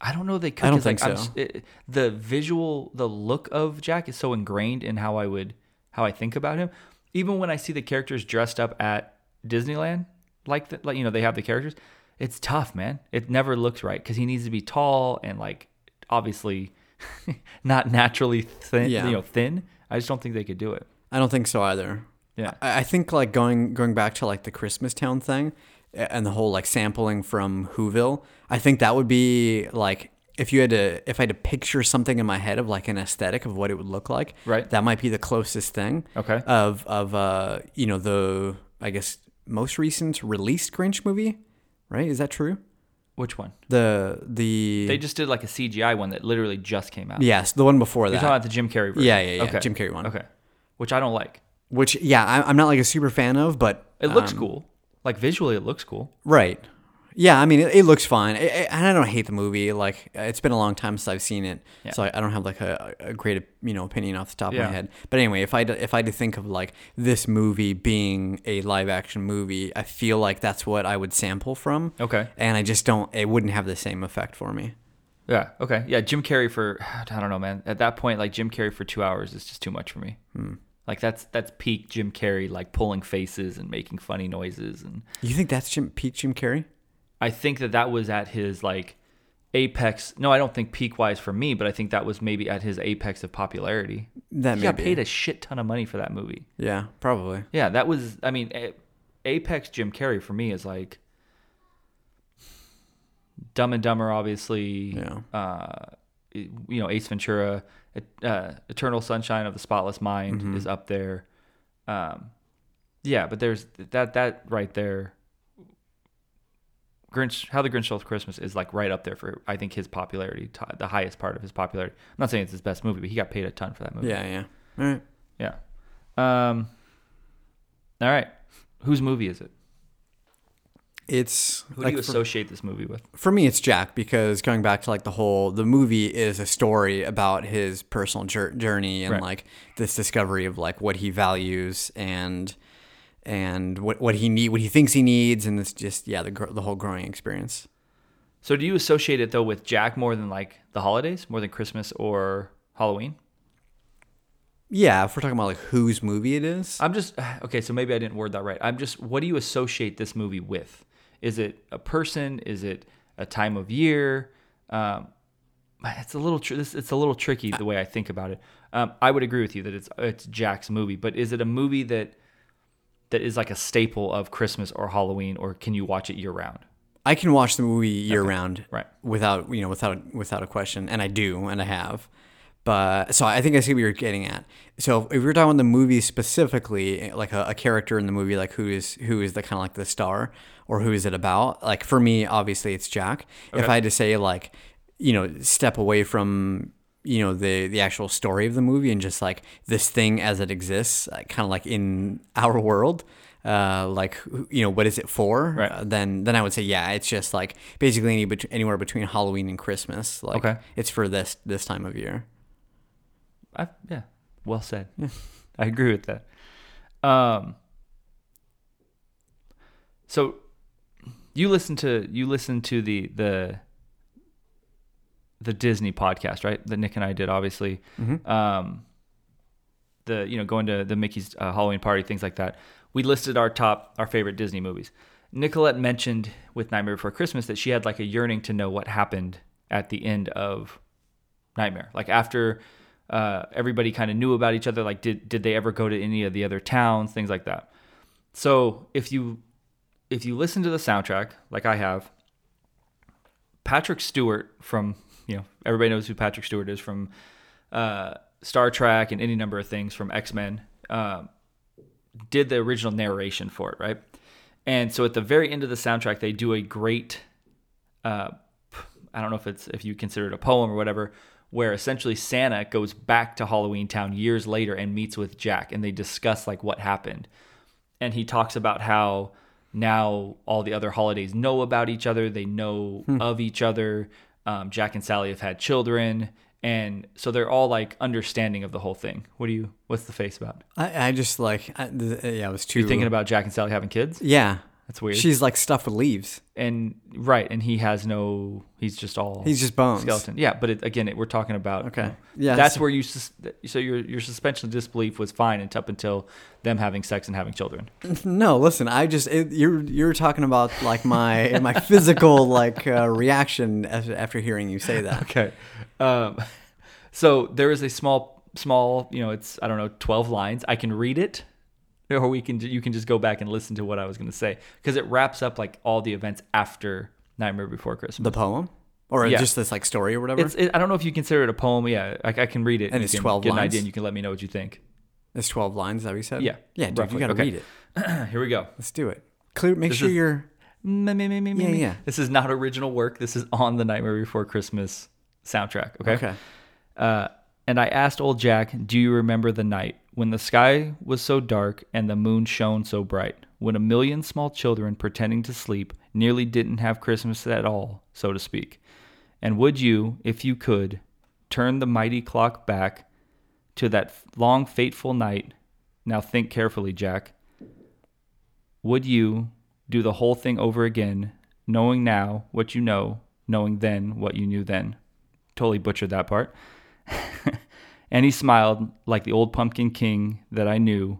S1: I don't know. They could.
S7: I don't
S1: 'cause,
S7: think
S1: like, I'm
S7: so.
S1: s- it- the visual, the look of Jack is so ingrained in how I would, how I think about him. Even when I see the characters dressed up at Disneyland, like the, like you know they have the characters, it's tough, man. It never looks right because he needs to be tall and like obviously not naturally thin.
S7: Yeah.
S1: You know, thin. I just don't think they could do it.
S7: I don't think so either.
S1: Yeah.
S7: I, I think like going going back to like the Christmas Town thing a- and the whole like sampling from Whoville. I think that would be like if you had to if I had to picture something in my head of like an aesthetic of what it would look like.
S1: Right.
S7: That might be the closest thing.
S1: Okay.
S7: Of of uh you know the I guess most recent released Grinch movie, right? Is that true?
S1: Which one?
S7: The the
S1: They just did like a CGI one that literally just came out.
S7: yes the one before
S1: You're
S7: that.
S1: talking about the Jim Carrey version.
S7: Yeah, yeah, yeah, Jim Carrey one.
S1: Okay. Which I don't like.
S7: which yeah I, I'm not like a super fan of, but
S1: It looks cool. Like visually, it looks cool.
S7: Right. Yeah, I mean, it, it looks fine, I, I, and I don't hate the movie. Like, it's been a long time since I've seen it, so I, I don't have like a, a great you know opinion off the top of
S1: Yeah.
S7: my head. But anyway, if I d- if I had to think of like this movie being a live action movie, I feel like that's what I would sample from.
S1: Okay.
S7: And I just don't. It wouldn't have the same effect for me.
S1: Yeah. Okay. Yeah. Jim Carrey for I don't know, man. At that point, like Jim Carrey for two hours is just too much for me. Like that's that's peak Jim Carrey, like pulling faces and making funny noises, and
S7: You think that's Jim peak Jim Carrey?
S1: I think that that was at his like apex. No, I don't think peak wise for me, but I think that was maybe at his apex of popularity.
S7: That
S1: He
S7: may
S1: got
S7: be.
S1: paid a shit ton of money for that movie.
S7: yeah, probably.
S1: Yeah, that was. I mean, A- Apex Jim Carrey for me is like Dumb and Dumber, obviously.
S7: Yeah.
S1: Uh, it- you know, Ace Ventura, uh, Eternal Sunshine of the Spotless Mind
S7: Mm-hmm.
S1: is up there. Um, yeah, but there's that that right there. Grinch, How the Grinch Stole Christmas is like right up there for I think his popularity, t- the highest part of his popularity. I'm not saying it's his best movie, but he got paid a ton for that movie.
S7: Yeah, yeah. All right.
S1: Yeah. Um, all right. Whose movie is it?
S7: It's
S1: Who
S7: like
S1: do you
S7: for-
S1: associate this movie with?
S7: for me it's jack because going back to like the whole the movie is a story about his personal jour- journey and
S1: Right.
S7: like this discovery of like what he values and and what what he need what he thinks he needs and it's just yeah the gr- the whole growing experience
S1: So, do you associate it though with Jack more than like the holidays, more than Christmas or Halloween?
S7: yeah if we're talking about like whose movie it is
S1: I'm just okay. So maybe I didn't word that right. I'm just. What do you associate this movie with? Is it a person? Is it a time of year? Um, it's a little tr- this, it's a little tricky the way I think about it. Um, I would agree with you that it's it's Jack's movie, but is it a movie that that is like a staple of Christmas or Halloween, or can you watch it year round?
S7: I can watch the movie year round,
S1: right.
S7: Without you know, without without a question, and I do, and I have. But so I think I see what you're getting at. So if we're talking about the movie specifically, eh, like a, a character in the movie, like who is who is the kind of like the star, or who is it about? Like for me, obviously it's Jack. If I had to say like, you know, step away from you know the the actual story of the movie and just like this thing as it exists, uh, kind of like in our world. Uh, like who- you know, what is it for?
S1: Right.
S7: Uh, then then I would say yeah, it's just like basically any bet- anywhere between Halloween and Christmas. Like
S1: Okay.
S7: it's for this this time of year.
S1: I, yeah, well said. I agree with that. Um, so you listen to you listen to the the the Disney podcast, right? That Nick and I did, obviously. Um, the you know going to the Mickey's uh, Halloween party, things like that. We listed our top our favorite Disney movies. Nicolette mentioned with Nightmare Before Christmas that she had like a yearning to know what happened at the end of Nightmare. Like after uh, everybody kind of knew about each other, like did did they ever go to any of the other towns, things like that. So if you if you listen to the soundtrack, like I have, Patrick Stewart from you know everybody knows who Patrick Stewart is from uh, Star Trek and any number of things from X Men um, did the original narration for it, right? And so at the very end of the soundtrack, they do a great uh, p- I don't know if it's if you consider it a poem or whatever, where essentially Santa goes back to Halloween Town years later and meets with Jack, and they discuss like what happened, and he talks about how now all the other holidays know about each other, they know
S7: Hmm.
S1: of each other. Um, Jack and Sally have had children, and so they're all like understanding of the whole thing. What do you? What's the face about?
S7: I, I just like I, th- uh, yeah, I was too
S1: You thinking about Jack and Sally having kids?
S7: yeah.
S1: That's weird.
S7: She's like stuffed with leaves.
S1: and right, and he has no. He's just all.
S7: He's just bones.
S1: skeleton. Yeah, but it, again, it, we're talking about.
S7: Okay.
S1: yeah,
S7: Yeah,
S1: that's
S7: so-
S1: where you. Sus- so your your suspension of disbelief was fine and up until them having sex and having children.
S7: No, listen, I just it, you're you're talking about like my my physical like uh, reaction af- after hearing you say that.
S1: Okay. Um, so there is a small small you know it's I don't know twelve lines. I can read it, or we can you can just go back and listen to what I was going to say because it wraps up like all the events after Nightmare Before Christmas.
S7: The poem, or
S1: Yeah.
S7: just this like story or whatever.
S1: it's
S7: It's,
S1: it, I don't know if you consider it a poem. Yeah, I, I can read it
S7: And
S1: you
S7: it's
S1: can
S7: 12
S1: Get an
S7: lines?
S1: idea, and you can let me know what you think.
S7: twelve lines that we said.
S1: Yeah,
S7: yeah, dude,
S1: roughly.
S7: you gotta
S1: Okay.
S7: read it.
S1: Here we go.
S7: Let's do it. Clear. Make sure
S1: is-
S7: you're.
S1: Me, me, me, me, me,
S7: Yeah,
S1: me.
S7: yeah.
S1: This is not original work. This is on the Nightmare Before Christmas soundtrack. Okay.
S7: Okay.
S1: Uh, and I asked old Jack, Do you remember the night when the sky was so dark and the moon shone so bright? When a million small children pretending to sleep nearly didn't have Christmas at all, so to speak. And would you, if you could, turn the mighty clock back to that f- long, fateful night? Now think carefully, Jack. Would you do the whole thing over again, knowing now what you know, knowing then what you knew then? Totally butchered that part. and he smiled like the old pumpkin king that I knew,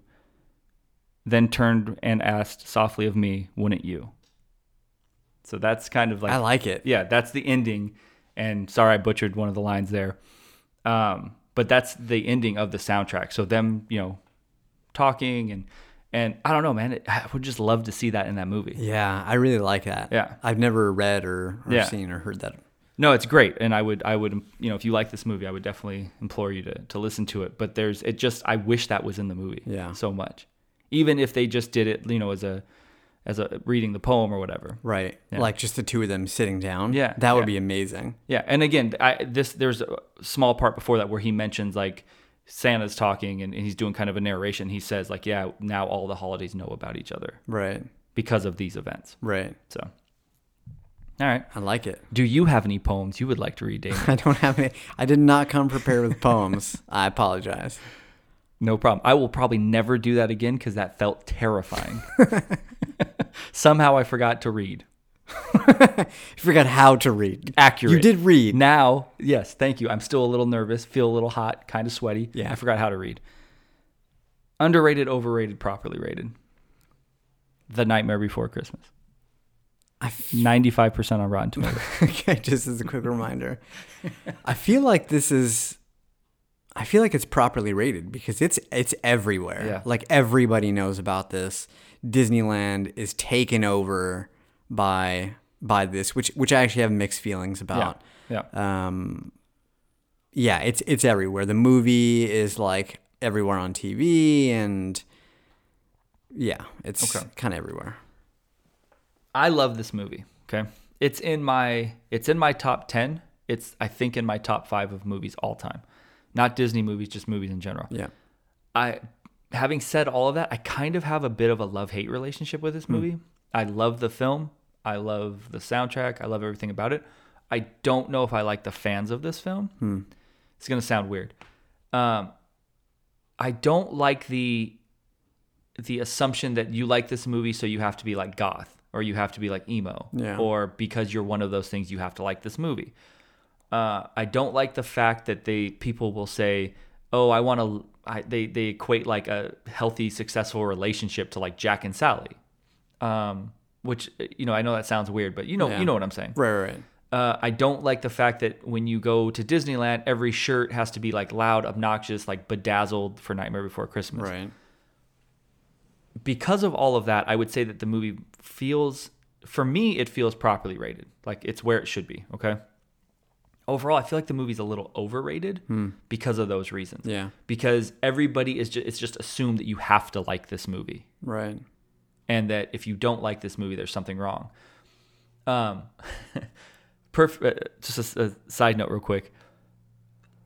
S1: then turned and asked softly of me, Wouldn't you? So that's kind of like
S7: I like it.
S1: yeah, that's the ending. And sorry, I butchered one of the lines there. Um, but that's the ending of the soundtrack. So them, you know, talking and and I don't know, man. It, I would just love to see that in that movie.
S7: Yeah, I really like that.
S1: Yeah.
S7: I've never read or, or
S1: Yeah.
S7: seen or heard that.
S1: No, it's great, and I would I would you know if you like this movie, I would definitely implore you to to listen to it. But there's it just I wish that was in the movie.
S7: Yeah.
S1: so much. Even if they just did it, you know, as a as a reading the poem or whatever.
S7: Right. Like just the two of them sitting down.
S1: Yeah,
S7: That would
S1: yeah.
S7: be amazing.
S1: Yeah, and again, I, this there's a small part before that where he mentions like Santa's talking and, and he's doing kind of a narration. He says like, "Yeah, now all the holidays know about each other
S7: Right.
S1: because of these events."
S7: Right.
S1: So, all right.
S7: I like it.
S1: Do you have any poems you would like to read, Damon?
S7: I don't have any. I did not come prepared with poems. I apologize.
S1: no problem. I will probably never do that again because that felt terrifying. Somehow I forgot to read.
S7: I forgot how to read.
S1: Accurate.
S7: You did read.
S1: Now, yes, thank you. I'm still a little nervous, feel a little hot, kind of sweaty.
S7: Yeah.
S1: I forgot how to read. Underrated, overrated, properly rated. The Nightmare Before Christmas. Ninety-five percent on Rotten Tomatoes.
S7: okay, just as a quick reminder. I feel like this is I feel like it's properly rated because it's it's everywhere.
S1: Yeah.
S7: Like everybody knows about this. Disneyland is taken over by by this, which which I actually have mixed feelings about.
S1: yeah.
S7: Um yeah, it's it's everywhere. The movie is like everywhere on TV and yeah, it's
S1: Okay.
S7: kind of everywhere.
S1: I love this movie. Okay. It's in my it's in my top 10. It's I think in my top 5 of movies all time. Not Disney movies, just movies in general.
S7: Yeah.
S1: I having said all of that, I kind of have a bit of a love-hate relationship with this movie. I love the film. I love the soundtrack. I love everything about it. I don't know if I like the fans of this film. It's going to sound weird. Um I don't like the the assumption that you like this movie, so you have to be like goth or you have to be like emo,
S7: Yeah.
S1: or because you're one of those things, you have to like this movie. Uh, I don't like the fact that they people will say, "Oh, I want to." I, they they equate like a healthy, successful relationship to like Jack and Sally, um, which you know I know that sounds weird, but you know
S7: Yeah.
S1: you know what I'm saying.
S7: Right, right, right.
S1: Uh, I don't like the fact that when you go to Disneyland, every shirt has to be like loud, obnoxious, like bedazzled for Nightmare Before Christmas
S7: Right.
S1: because of all of that, I would say that the movie feels, for me, it feels properly rated. Like it's where it should be. Okay. Overall, I feel like the movie's a little overrated because of those reasons.
S7: Yeah.
S1: Because everybody is just, it's just assumed that you have to like this movie
S7: Right.
S1: and that if you don't like this movie, there's something wrong. Um, perf- uh, just a, a side note, real quick.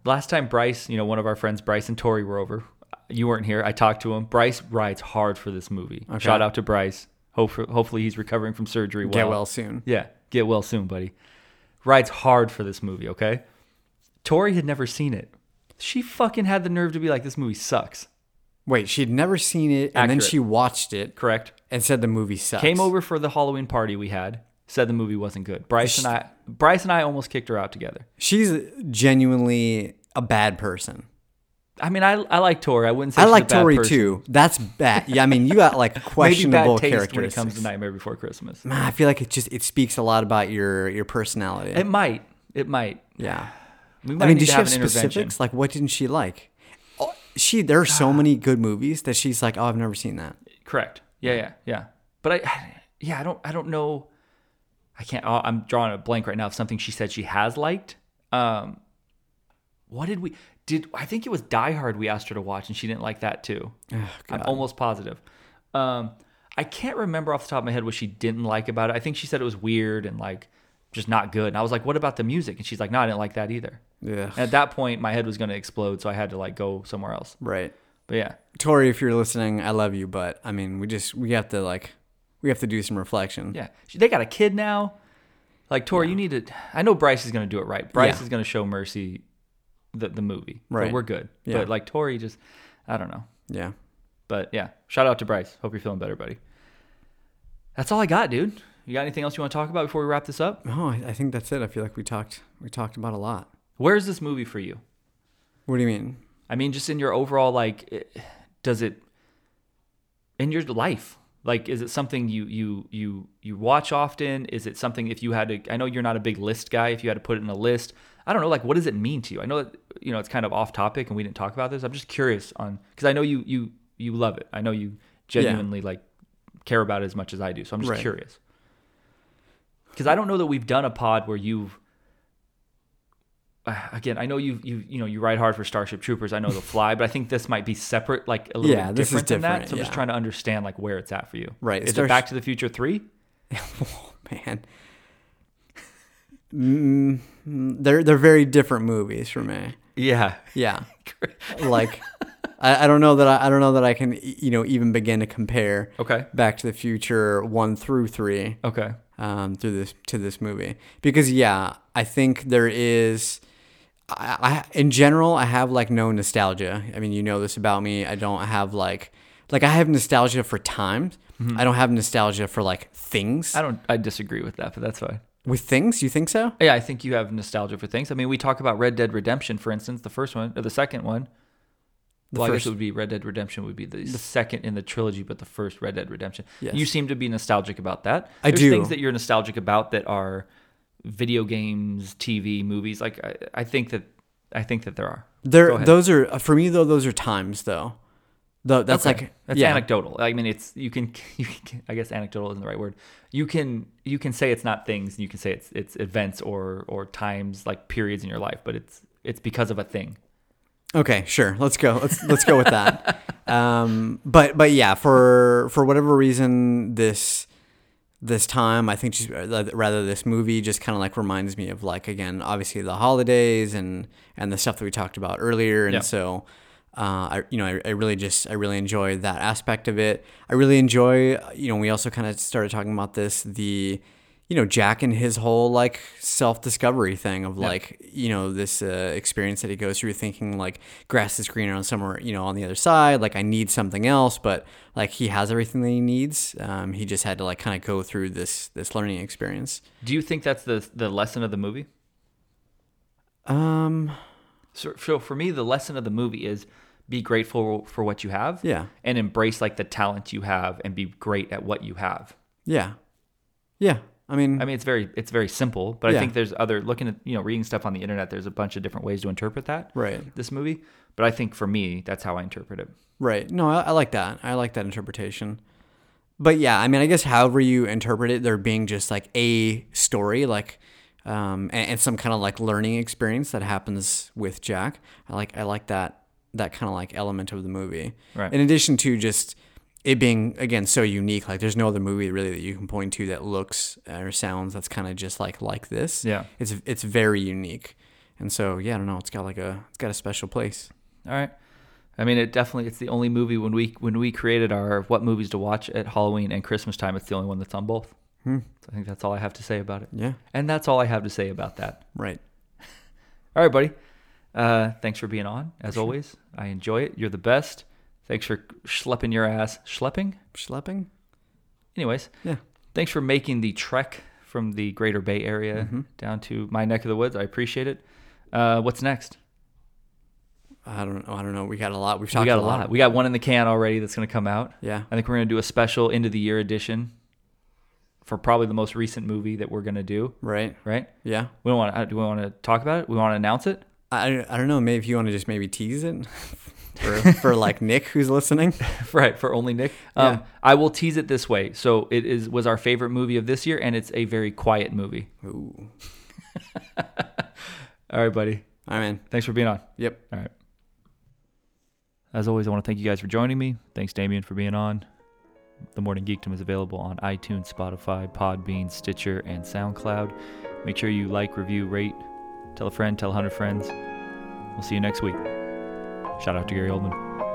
S1: Last time Bryce, you know, one of our friends, Bryce and Tori were over. You weren't here. I talked to him. Bryce rides hard for this movie. Shout out to Bryce. Hope, hopefully, he's recovering from surgery.
S7: Get well soon.
S1: Yeah, get well soon, buddy. Rides hard for this movie. Okay. Tori had never seen it. She fucking had the nerve to be like, "This movie sucks."
S7: Wait, she'd never seen it, and then
S1: Accurate.
S7: she watched it
S1: Correct.
S7: and said the movie sucks.
S1: came over for the Halloween party we had. Said the movie wasn't good. Bryce and I, Bryce and I almost kicked her out together.
S7: She's genuinely a bad person.
S1: I mean, I I like Tori. I wouldn't say
S7: I
S1: she's a
S7: like
S1: bad
S7: Tori
S1: person.
S7: too. That's bad. Yeah, I mean, you got like
S1: Maybe
S7: questionable
S1: bad taste when it
S7: characteristics.
S1: comes to Nightmare Before Christmas.
S7: Man, I feel like it just it speaks a lot about your your personality.
S1: It might. It might.
S7: yeah.
S1: We might
S7: I mean,
S1: need to
S7: did she
S1: have
S7: have
S1: an intervention.
S7: specifics? Like, what didn't she like? Oh, she there are
S1: Ah.
S7: so many good movies that she's like, oh, I've never seen that.
S1: Correct. Yeah, yeah, yeah. But I, yeah, I don't, I don't know. I can't. oh, I'm drawing a blank right now of something she said she has liked. Um, what did we did? I think it was Die Hard we asked her to watch, and she didn't like that too. I'm almost positive. Um, I can't remember off the top of my head what she didn't like about it. I think she said it was weird and like just not good. And I was like, "What about the music?" And she's like, "No, I didn't like that either."
S7: Yeah.
S1: And at that point, my head was going to explode, so I had to like go somewhere else.
S7: Right.
S1: But yeah,
S7: Tori, if you're listening, I love you, but I mean, we just we have to like we have to do some reflection.
S1: Yeah, She- they got a kid now. Like Tori, you need to. I know Bryce is going to do it right. Bryce
S7: Yeah.
S1: is going to show Mercy the the movie. But
S7: Right.
S1: we're good.
S7: Yeah.
S1: But like Tori, just I don't know.
S7: Yeah.
S1: But yeah, shout out to Bryce. Hope you're feeling better, buddy. That's all I got, dude. You got anything else you want to talk about before we wrap this up?
S7: Oh, I, I think that's it. I feel like we talked we talked about a lot.
S1: Where's this movie for you?
S7: What do you mean?
S1: I mean, just in your overall, like, eh, does it in your life? Like, is it something you you you you watch often? Is it something if you had to? I know you're not a big list guy. If you had to put it in a list, I don't know. Like, what does it mean to you? I know that you know it's kind of off topic, and we didn't talk about this. I'm just curious on because I know you you you love it. I know you genuinely like care about it as much as I do. So I'm just
S7: Right.
S1: curious because I don't know that we've done a pod where you've Uh, again, I know you you you know you ride hard for Starship Troopers. I know the fly, but I think this might be separate, like a little
S7: Yeah,
S1: bit different,
S7: this
S1: than
S7: is
S1: that.
S7: different,
S1: So I'm just
S7: yeah.
S1: trying to understand like where it's at for you.
S7: Right,
S1: Is it
S7: Starsh-
S1: Back to the Future Three?
S7: Man. Mm, they're they're very different movies for me.
S1: Yeah.
S7: Yeah. like I, I don't know that I, I don't know that I can e- you know even begin to compare
S1: Okay.
S7: Back to the Future 1 through 3.
S1: Okay.
S7: um, through this to this movie because yeah, I think there is. I, I in general I have like no nostalgia. I mean, you know this about me. I don't have like like I have nostalgia for times. I don't have nostalgia for like things.
S1: Mm-hmm. I don't. I disagree with that, but that's fine.
S7: With things, you think so?
S1: Yeah, I think you have nostalgia for things. I mean, we talk about Red Dead Redemption, for instance, the first one or the second one. well, I guess
S7: first-
S1: it would be Red Dead Redemption would be the, second in the trilogy, but the first Red Dead Redemption.
S7: Yes.
S1: You seem to be nostalgic about that.
S7: I
S1: There's
S7: do.
S1: things that you're nostalgic about that are video games, TV, movies. Like I, I think that I think that there are. Go
S7: There,
S1: ahead.
S7: those are for me though. Those are times though. Though that's like
S1: That's
S7: yeah.
S1: anecdotal. I mean, it's you can, you can. I guess anecdotal isn't the right word. You can you can say it's not things. You can say it's it's events or or times like periods in your life, but it's it's because of a thing.
S7: Okay, sure. Let's go. Let's let's go with that. um, but but yeah, for for whatever reason, this this time, I think just rather this movie just kind of like reminds me of like again, obviously the holidays and and the stuff that we talked about earlier, and
S1: Yeah.
S7: so. Uh, I you know I, I really just I really enjoy that aspect of it. I really enjoy you know we also kind of started talking about this the you know Jack and his whole like self discovery thing of like you know this uh, experience that he goes through thinking like grass is greener on somewhere you know on the other side like I need something else but like he has everything that he needs um, he just had to like kind of go through this this learning experience
S1: Do you think that's the the lesson of the movie?
S7: um
S1: So, so for me, the lesson of the movie is be grateful for what you have.
S7: Yeah.
S1: And embrace like the talent you have and be great at what you have.
S7: yeah yeah I mean
S1: I mean, it's very it's very simple, but
S7: Yeah.
S1: I think there's other looking at you know reading stuff on the internet. There's a bunch of different ways to interpret that.
S7: Right.
S1: This movie, but I think for me, that's how I interpret it.
S7: Right. No, I, I like that. I like that interpretation. But yeah, I mean, I guess however you interpret it, there being just like a story, like, um, and, and some kind of like learning experience that happens with Jack. I like, I like that that kind of like element of the movie.
S1: Right.
S7: In addition to just it being again so unique, like there's no other movie really that you can point to that looks or sounds that's kind of just like like this.
S1: Yeah.
S7: It's it's very unique, and so yeah, I don't know. It's got like a it's got a special place.
S1: All right. I mean, it definitely it's the only movie when we when we created our what movies to watch at Halloween and Christmas time. It's the only one that's on both. So I think that's all I have to say about it.
S7: Hmm. Yeah.
S1: And that's all I have to say about that.
S7: Right.
S1: All right, buddy. Uh, thanks for being on. As always, I enjoy it. You're the best. Thanks for schlepping your ass. Schlepping?
S7: Schlepping.
S1: Anyways,
S7: Yeah.
S1: thanks for making the trek from the greater Bay Area
S7: Mm-hmm.
S1: down to my neck of the woods. I appreciate it. Uh, what's next?
S7: I don't know. I don't know. We got a lot. We've talked
S1: We got a lot. We got one in the can already that's going to come out.
S7: Yeah.
S1: I think we're going to do a special end of the year edition for probably the most recent movie that we're going to do,
S7: right.
S1: right?
S7: Yeah.
S1: We don't want to, do we want to talk about it? We want to announce it?
S7: I, I don't know. Maybe if you want to just maybe tease it for, for like Nick who's listening.
S1: right for only nick um, i will tease it this way so it is was our favorite movie of this year and it's a very quiet movie
S7: Ooh.
S1: all right buddy
S7: I mean.
S1: thanks for being on
S7: Yep.
S1: all right as always i want to thank you guys for joining me thanks damien for being on the morning geekdom is available on itunes spotify podbean stitcher and soundcloud make sure you like review rate tell a friend tell 100 friends we'll see you next week shout out to gary oldman